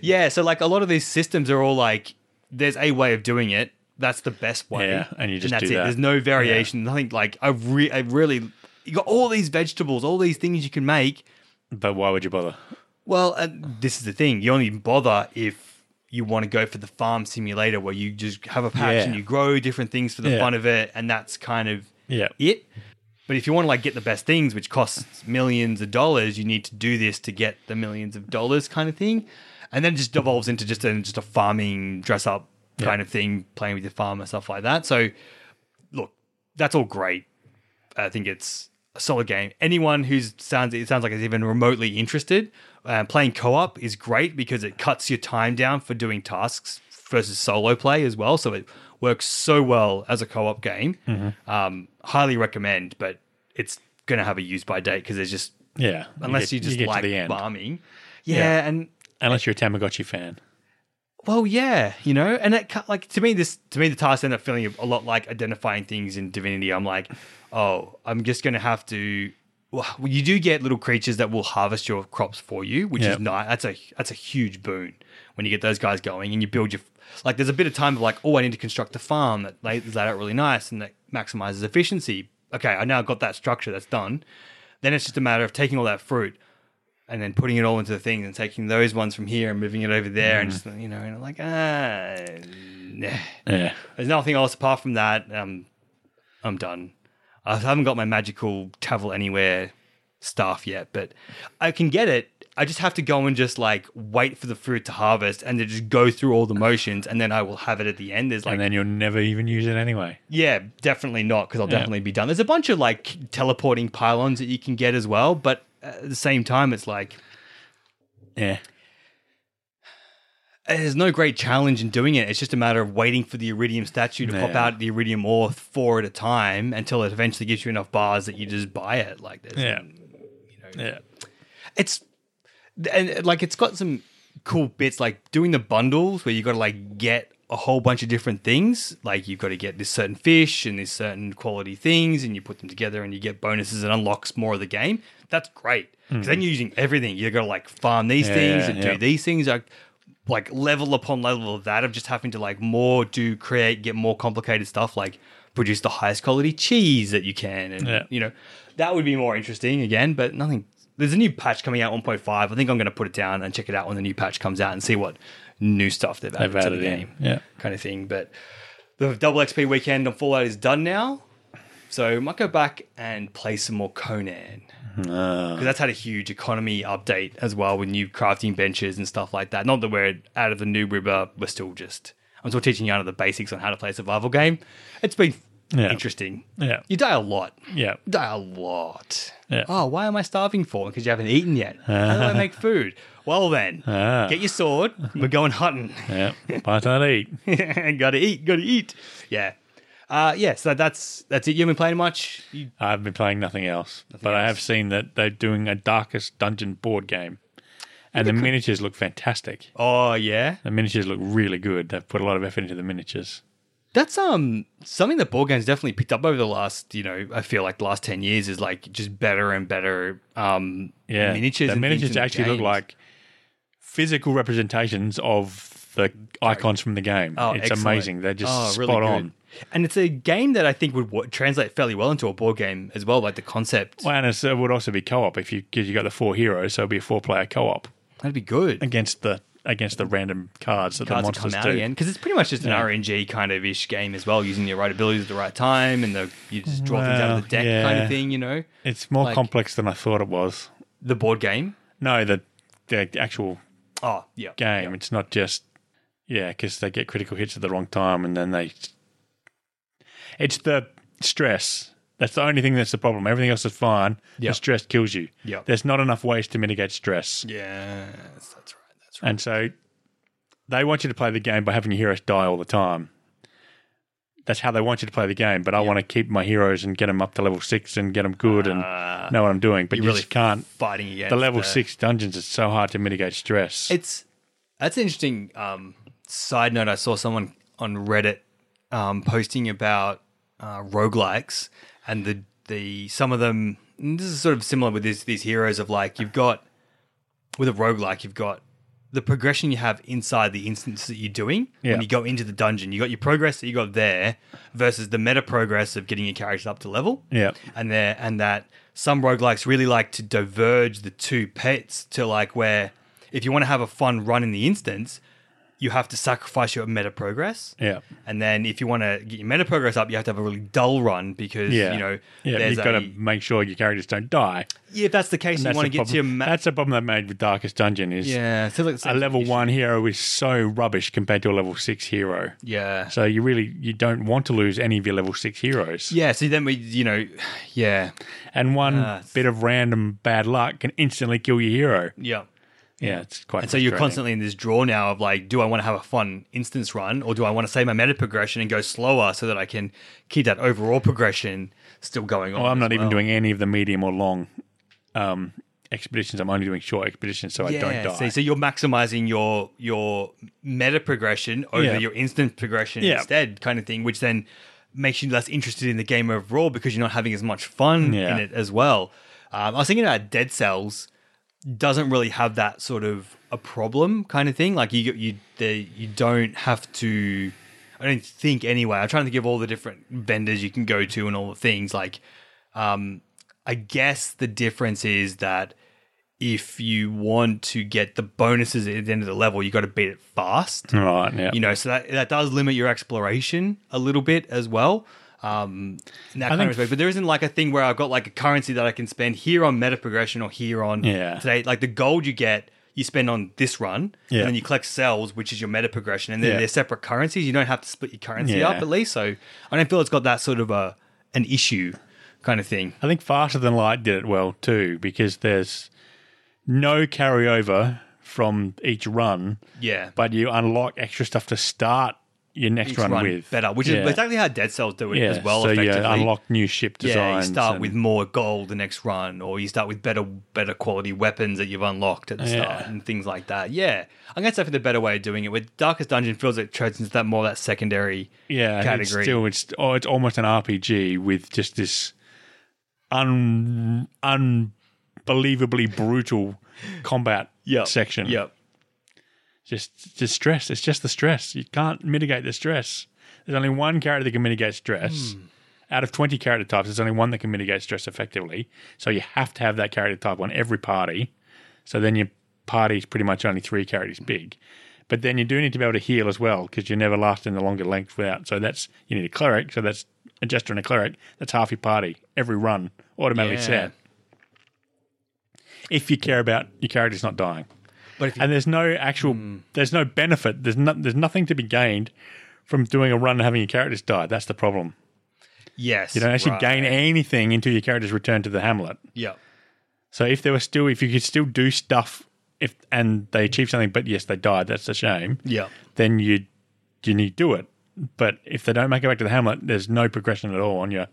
Speaker 1: Yeah, so like a lot of these systems are all like there's a way of doing it. That's the best way.
Speaker 2: Yeah, and you just
Speaker 1: that's
Speaker 2: do
Speaker 1: it.
Speaker 2: that.
Speaker 1: There's no variation. Nothing like I, re- I really. You got all these vegetables, all these things you can make.
Speaker 2: But why would you bother?
Speaker 1: Well, and this is the thing. You only bother if you want to go for the farm simulator where you just have a patch
Speaker 2: Yeah.
Speaker 1: and you grow different things for the
Speaker 2: Yeah.
Speaker 1: fun of it, and that's kind of
Speaker 2: Yeah.
Speaker 1: it. But if you want to like get the best things, which costs millions of dollars, you need to do this to get the millions of dollars kind of thing. And then it just evolves into just a just a farming dress up kind of thing, playing with your farmer, stuff like that. So look, that's all great. I think it's a solid game. Anyone who sounds it sounds like is even remotely interested, uh, playing co-op is great because it cuts your time down for doing tasks versus solo play as well. So it works so well as a co-op game.
Speaker 2: Mm-hmm.
Speaker 1: Um, highly recommend, but it's going to have a use by date because there's just
Speaker 2: Yeah.
Speaker 1: unless you,
Speaker 2: get-
Speaker 1: just
Speaker 2: get to
Speaker 1: like
Speaker 2: the end.
Speaker 1: farming, yeah,
Speaker 2: Yeah.
Speaker 1: and
Speaker 2: Unless you're a Tamagotchi fan.
Speaker 1: well, yeah, you know, and it cut- like to me this to me the tasks end up feeling a lot like identifying things in Divinity. I'm like, oh, I'm just gonna have to. Well, you do get little creatures that will harvest your crops for you, which
Speaker 2: Yep.
Speaker 1: is nice. That's a that's a huge boon when you get those guys going and you build your like. There's a bit of time of like, oh, I need to construct a farm that lays that out really nice and that maximizes efficiency. Okay, I now got that structure that's done. Then it's just a matter of taking all that fruit and then putting it all into the things and taking those ones from here and moving it over there and just you know and I'm like ah nah.
Speaker 2: Yeah.
Speaker 1: there's nothing else apart from that um I'm done I haven't got my magical travel anywhere stuff yet but I can get it I just have to go and just like wait for the fruit to harvest and to just go through all the motions and then I will have it at the end there's like
Speaker 2: And then you'll never even use it anyway.
Speaker 1: yeah, definitely not because I'll definitely be done. There's a bunch of like teleporting pylons that you can get as well, but at the same time, it's like
Speaker 2: Yeah.
Speaker 1: there's no great challenge in doing it. It's just a matter of waiting for the iridium statue to pop
Speaker 2: Yeah.
Speaker 1: out the iridium ore four at a time until it eventually gives you enough bars that you just buy it. Like this,
Speaker 2: Yeah. Yeah.
Speaker 1: it's and like it's got some cool bits like doing the bundles where you got to like get a whole bunch of different things like you've got to get this certain fish and these certain quality things and you put them together and you get bonuses and unlocks more of the game that's great 'Cause then you're using everything you got to like farm these
Speaker 2: Hmm. Yeah,
Speaker 1: things and
Speaker 2: yeah.
Speaker 1: do these things like like level upon level of that of just having to like more do create get more complicated stuff like produce the highest quality cheese that you can and
Speaker 2: Yeah.
Speaker 1: you know that would be more interesting again but nothing there's a new patch coming out 1.5 i think i'm going to put it down and check it out when the new patch comes out and see what new stuff they've added,
Speaker 2: They've
Speaker 1: to
Speaker 2: added
Speaker 1: the game
Speaker 2: in. Yeah.
Speaker 1: kind of thing but the double xp weekend on fallout is done now so I might go back and play some more Conan
Speaker 2: Ah.
Speaker 1: because that's had a huge economy update as well with new crafting benches and stuff like that. Not that we're out of the new river, we're still just I'm still teaching Yana the basics on how to play a survival game. It's been
Speaker 2: Yeah.
Speaker 1: interesting.
Speaker 2: Yeah.
Speaker 1: You die a lot.
Speaker 2: Yeah.
Speaker 1: You die a lot.
Speaker 2: Yeah.
Speaker 1: Oh, why am I starving for? Because you haven't eaten yet. How do
Speaker 2: (laughs)
Speaker 1: I make food? Well then,
Speaker 2: Ah.
Speaker 1: get your sword. We're going
Speaker 2: (laughs)
Speaker 1: hunting.
Speaker 2: Yeah. By the time they eat.
Speaker 1: (laughs) gotta eat. Gotta eat. Yeah. Uh, yeah. So that's that's it. You haven't been playing much. You
Speaker 2: I've been playing nothing else, but I have seen that they're doing a Darkest Dungeon board game, and the miniatures look fantastic.
Speaker 1: Oh yeah,
Speaker 2: The miniatures look really good. They've put a lot of effort into the miniatures.
Speaker 1: that's um something that board games definitely picked up over the last you know I feel like the last ten years is like just better and better um
Speaker 2: Yeah,
Speaker 1: miniatures
Speaker 2: The
Speaker 1: and things
Speaker 2: miniatures
Speaker 1: in
Speaker 2: actually look
Speaker 1: games.
Speaker 2: like physical representations of the icons from the game.
Speaker 1: Oh,
Speaker 2: it's
Speaker 1: excellent.
Speaker 2: amazing. They're just
Speaker 1: Oh,
Speaker 2: spot
Speaker 1: really good.
Speaker 2: on.
Speaker 1: and it's a game that I think would w- translate fairly well into a board game as well like the concept
Speaker 2: Well, and it's- it would also be co-op if you because you got the four heroes, so it'd be a four-player co-op
Speaker 1: that'd be good
Speaker 2: against the against the random cards that
Speaker 1: cards
Speaker 2: the
Speaker 1: that come
Speaker 2: monsters
Speaker 1: out
Speaker 2: do.
Speaker 1: again because it's pretty much just an RNG kind of ish game as well using your right abilities at the right time and the you just draw things out
Speaker 2: Well,
Speaker 1: of the deck kind
Speaker 2: yeah.
Speaker 1: of thing you know
Speaker 2: It's more
Speaker 1: Like-
Speaker 2: complex than I thought it was.
Speaker 1: the board game
Speaker 2: No, the the actual
Speaker 1: oh yeah
Speaker 2: game. It's not just yeah, because they get critical hits at the wrong time, and then they. It's the stress. That's the only thing that's the problem. Everything else is fine.
Speaker 1: Yeah.
Speaker 2: The stress kills you.
Speaker 1: Yeah.
Speaker 2: There's not enough ways to mitigate stress,
Speaker 1: yes that's right that's right
Speaker 2: and so they want you to play the game by having your heroes die all the time. That's how they want you to play the game. But I want to keep my heroes and get them up to level six and get them good and know what I'm doing. But you,
Speaker 1: Ah. really
Speaker 2: really can't.
Speaker 1: fighting against
Speaker 2: The level six dungeons is so hard to mitigate stress.
Speaker 1: It's that's an interesting um, side note. I saw someone on Reddit um, posting about uh, roguelikes and the the some of them. and this is sort of similar with these these heroes of like you've got with a roguelike you've got the progression you have inside the instance that you're doing
Speaker 2: Yeah.
Speaker 1: when you go into the dungeon. You got your progress that you got there versus the meta progress of getting your characters up to level.
Speaker 2: Yeah.
Speaker 1: And there and that some roguelikes really like to diverge the two pets to like where if you want to have a fun run in the instance, you have to sacrifice your meta progress.
Speaker 2: Yeah.
Speaker 1: And then if you want to get your meta progress up, you have to have a really dull run because
Speaker 2: Yeah.
Speaker 1: you know
Speaker 2: yeah,
Speaker 1: there's
Speaker 2: you've got to
Speaker 1: a-
Speaker 2: make sure your characters don't die.
Speaker 1: yeah, if that's the case, you
Speaker 2: That's
Speaker 1: want to
Speaker 2: the
Speaker 1: get to
Speaker 2: problem-
Speaker 1: your ma-
Speaker 2: That's the problem they made with Darkest Dungeon is
Speaker 1: yeah, so like the
Speaker 2: a
Speaker 1: same
Speaker 2: level
Speaker 1: issue.
Speaker 2: one hero is so rubbish compared to a level six hero.
Speaker 1: Yeah.
Speaker 2: So you really you don't want to lose any of your level six heroes.
Speaker 1: Yeah, so then we, you know, (sighs) yeah,
Speaker 2: And one
Speaker 1: Ah, it's-
Speaker 2: bit of random bad luck can instantly kill your hero.
Speaker 1: yeah.
Speaker 2: Yeah, it's quite.
Speaker 1: And so you're
Speaker 2: frustrating.
Speaker 1: constantly in this draw now of like, do I want to have a fun instance run or do I want to save my meta progression and go slower so that I can keep that overall progression still going on?
Speaker 2: Well, Oh, I'm
Speaker 1: as
Speaker 2: not even
Speaker 1: well?
Speaker 2: doing any of the medium or long um, expeditions. I'm only doing short expeditions, so I
Speaker 1: Yeah,
Speaker 2: don't die.
Speaker 1: see, so you're maximizing your your meta progression over
Speaker 2: Yeah.
Speaker 1: your instant progression
Speaker 2: Yeah.
Speaker 1: instead, kind of thing, which then makes you less interested in the game overall because you're not having as much fun
Speaker 2: Yeah.
Speaker 1: in it as well. Um, I was thinking about Dead Cells doesn't really have that sort of a problem kind of thing. Like you you the, you don't have to. I don't think anyway. I'm trying to give all the different vendors you can go to and all the things like. Um, I guess the difference is that if you want to get the bonuses at the end of the level, you got to beat it fast.
Speaker 2: right? Yeah.
Speaker 1: You know, so that that does limit your exploration a little bit as well. Um, in that kind of
Speaker 2: think-
Speaker 1: respect, but there isn't like a thing where I've got like a currency that I can spend here on meta progression or here on
Speaker 2: Yeah.
Speaker 1: today. Like the gold you get, you spend on this run,
Speaker 2: Yeah.
Speaker 1: and then you collect cells, which is your meta progression, and they're,
Speaker 2: Yeah.
Speaker 1: they're separate currencies. You don't have to split your currency
Speaker 2: Yeah.
Speaker 1: up at least. So I don't feel it's got that sort of a an issue kind of thing.
Speaker 2: I think Faster Than Light did it well too because there's no carryover from each run,
Speaker 1: Yeah,
Speaker 2: but you unlock extra stuff to start your next
Speaker 1: each
Speaker 2: run, with
Speaker 1: better, which
Speaker 2: Yeah.
Speaker 1: is exactly how Dead Cells do it
Speaker 2: yeah.
Speaker 1: as well.
Speaker 2: So you
Speaker 1: effectively.
Speaker 2: unlock new ship designs.
Speaker 1: Yeah, you start
Speaker 2: and-
Speaker 1: with more gold the next run, or you start with better better quality weapons that you've unlocked at the start,
Speaker 2: Yeah.
Speaker 1: and things like that. Yeah, I'm gonna say for the better way of doing it. With Darkest Dungeon feels like it treads into that more that secondary.
Speaker 2: yeah and It's
Speaker 1: category.
Speaker 2: still, it's oh, it's almost an RPG with just this un unbelievably brutal combat section.
Speaker 1: Yep.
Speaker 2: just just stress. It's just the stress. You can't mitigate the stress. There's only one character that can mitigate stress. Out of 20 character types, there's only one that can mitigate stress effectively. So you have to have that character type on every party. So then your party's pretty much only three characters big. But then you do need to be able to heal as well because you're never lasting the longer length without. So that's you need a cleric. So that's a jester and a cleric. That's half your party every run automatically
Speaker 1: Yeah.
Speaker 2: set. If you care about your character's not dying
Speaker 1: But if you,
Speaker 2: and there's no actual
Speaker 1: Hmm.
Speaker 2: there's no benefit there's no, there's nothing to be gained from doing a run and having your characters die that's the problem
Speaker 1: yes,
Speaker 2: you don't actually
Speaker 1: right.
Speaker 2: gain anything until your characters return to the hamlet
Speaker 1: Yep.
Speaker 2: so if there were still if you could still do stuff if and they achieve something but yes they died that's a shame
Speaker 1: Yep.
Speaker 2: then you you need to do it but if they don't make it back to the hamlet there's no progression at all on your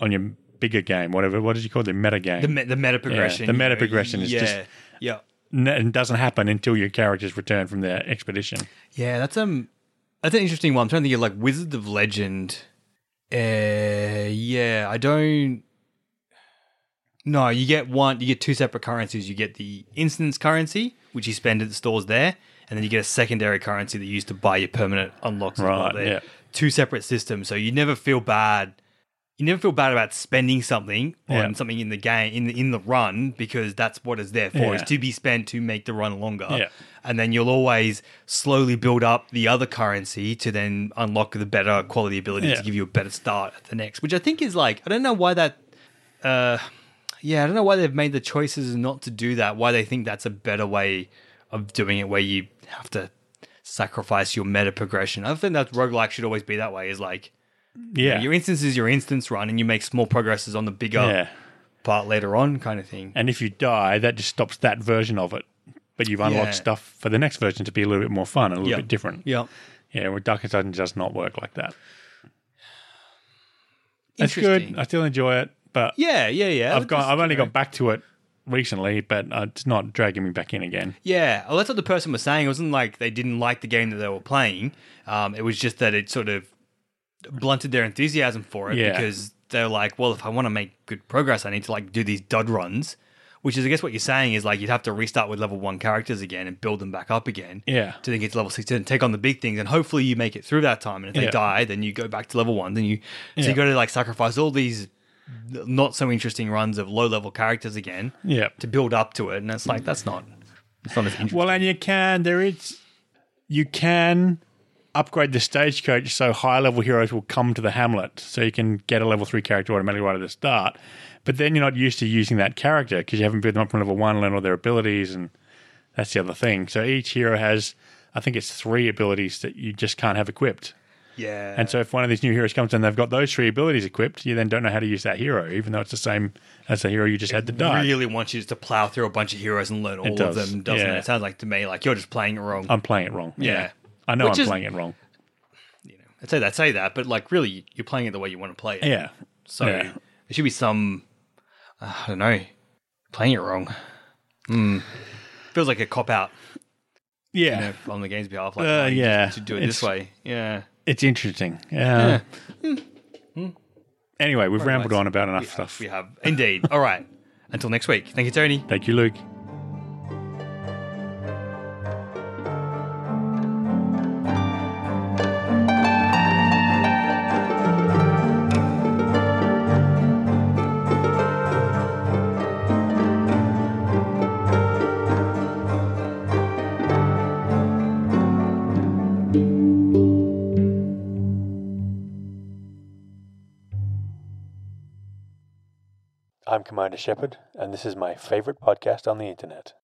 Speaker 2: on your bigger game whatever what did you call it? the meta game
Speaker 1: The, me- the meta progression.
Speaker 2: the
Speaker 1: you
Speaker 2: meta
Speaker 1: know,
Speaker 2: progression is
Speaker 1: yeah.
Speaker 2: just-
Speaker 1: yeah.
Speaker 2: N- it doesn't happen until your characters return from their expedition
Speaker 1: Yeah, that's um, that's an interesting one. I'm trying to think of like Wizards of Legend. Uh, yeah, I don't. No, you get one. You get two separate currencies. You get the instance currency, which you spend at the stores there, and then you get a secondary currency that you use to buy your permanent unlocks. as well
Speaker 2: Right,
Speaker 1: there.
Speaker 2: yeah.
Speaker 1: Two separate systems, so you never feel bad. You never feel bad about spending something on
Speaker 2: Yeah.
Speaker 1: something in the game in the, in the run because that's what it's there for.
Speaker 2: Yeah.
Speaker 1: It's to be spent to make the run longer
Speaker 2: Yeah.
Speaker 1: and then you'll always slowly build up the other currency to then unlock the better quality abilities
Speaker 2: Yeah.
Speaker 1: to give you a better start at the next which i think is like i don't know why that uh yeah i don't know why they've made the choices not to do that why they think that's a better way of doing it where you have to sacrifice your meta progression i think that roguelike should always be that way is like
Speaker 2: yeah
Speaker 1: your instance is your instance run and you make small progresses on the bigger
Speaker 2: yeah
Speaker 1: part later on kind of thing
Speaker 2: And if you die, that just stops that version of it. But you've unlocked
Speaker 1: Yeah.
Speaker 2: stuff for the next version to be a little bit more fun and a little
Speaker 1: Yeah.
Speaker 2: bit different.
Speaker 1: yeah
Speaker 2: Yeah, well, Darkest Dungeon does not work like that. It's good. I still enjoy it, but
Speaker 1: yeah yeah yeah
Speaker 2: I've got I've only got back to it recently, but uh, it's not dragging me back in again.
Speaker 1: Yeah, well, that's what the person was saying. It wasn't like they didn't like the game that they were playing. Um, it was just that it sort of blunted their enthusiasm for it
Speaker 2: Yeah.
Speaker 1: because they're like, well, if I want to make good progress, I need to like do these dud runs Which is, I guess, what you're saying is like you'd have to restart with level one characters again and build them back up again.
Speaker 2: Yeah.
Speaker 1: To then get to level sixteen and take on the big things, and hopefully you make it through that time. And if they
Speaker 2: Yeah.
Speaker 1: die, then you go back to level one. Then you so
Speaker 2: Yeah.
Speaker 1: you got to like sacrifice all these not so interesting runs of low level characters again
Speaker 2: Yeah.
Speaker 1: to build up to it. And it's like that's not it's not as interesting.
Speaker 2: Well, and you can. There is. You can upgrade the stagecoach so high level heroes will come to the hamlet. So you can get a level three character automatically right at the start. But then you're not used to using that character because you haven't built them up from level one, learn all their abilities, and that's the other thing. So each hero has, I think it's three abilities that you just can't have equipped.
Speaker 1: yeah.
Speaker 2: And so if one of these new heroes comes and they've got those three abilities equipped, you then don't know how to use that hero, even though it's the same as the hero you just had to die.
Speaker 1: really wants you just to plow through a bunch of heroes and learn all
Speaker 2: does,
Speaker 1: of them, doesn't
Speaker 2: yeah. Um,
Speaker 1: it? It sounds like to me like you're just playing it wrong.
Speaker 2: I'm playing it wrong. Yeah.
Speaker 1: Yeah.
Speaker 2: I know
Speaker 1: Which
Speaker 2: I'm
Speaker 1: is-
Speaker 2: playing it wrong.
Speaker 1: I'd say that, say that, but like really, you're playing it the way you want to play it.
Speaker 2: Yeah.
Speaker 1: So
Speaker 2: Yeah.
Speaker 1: there should be some, uh, I don't know, playing it wrong. Hmm. Feels like a cop out
Speaker 2: Yeah.
Speaker 1: you know, on the game's behalf. Like,
Speaker 2: Uh,
Speaker 1: no, you
Speaker 2: yeah.
Speaker 1: just, should do it
Speaker 2: It's-
Speaker 1: this way. Yeah.
Speaker 2: It's interesting. Uh, Hmm. Anyway, we've rambled on about enough stuff.
Speaker 1: We have indeed. All right. Until next week. Thank you, Tony.
Speaker 2: Thank you, Luke. I'm Commander Shepard, and this is my favorite podcast on the internet.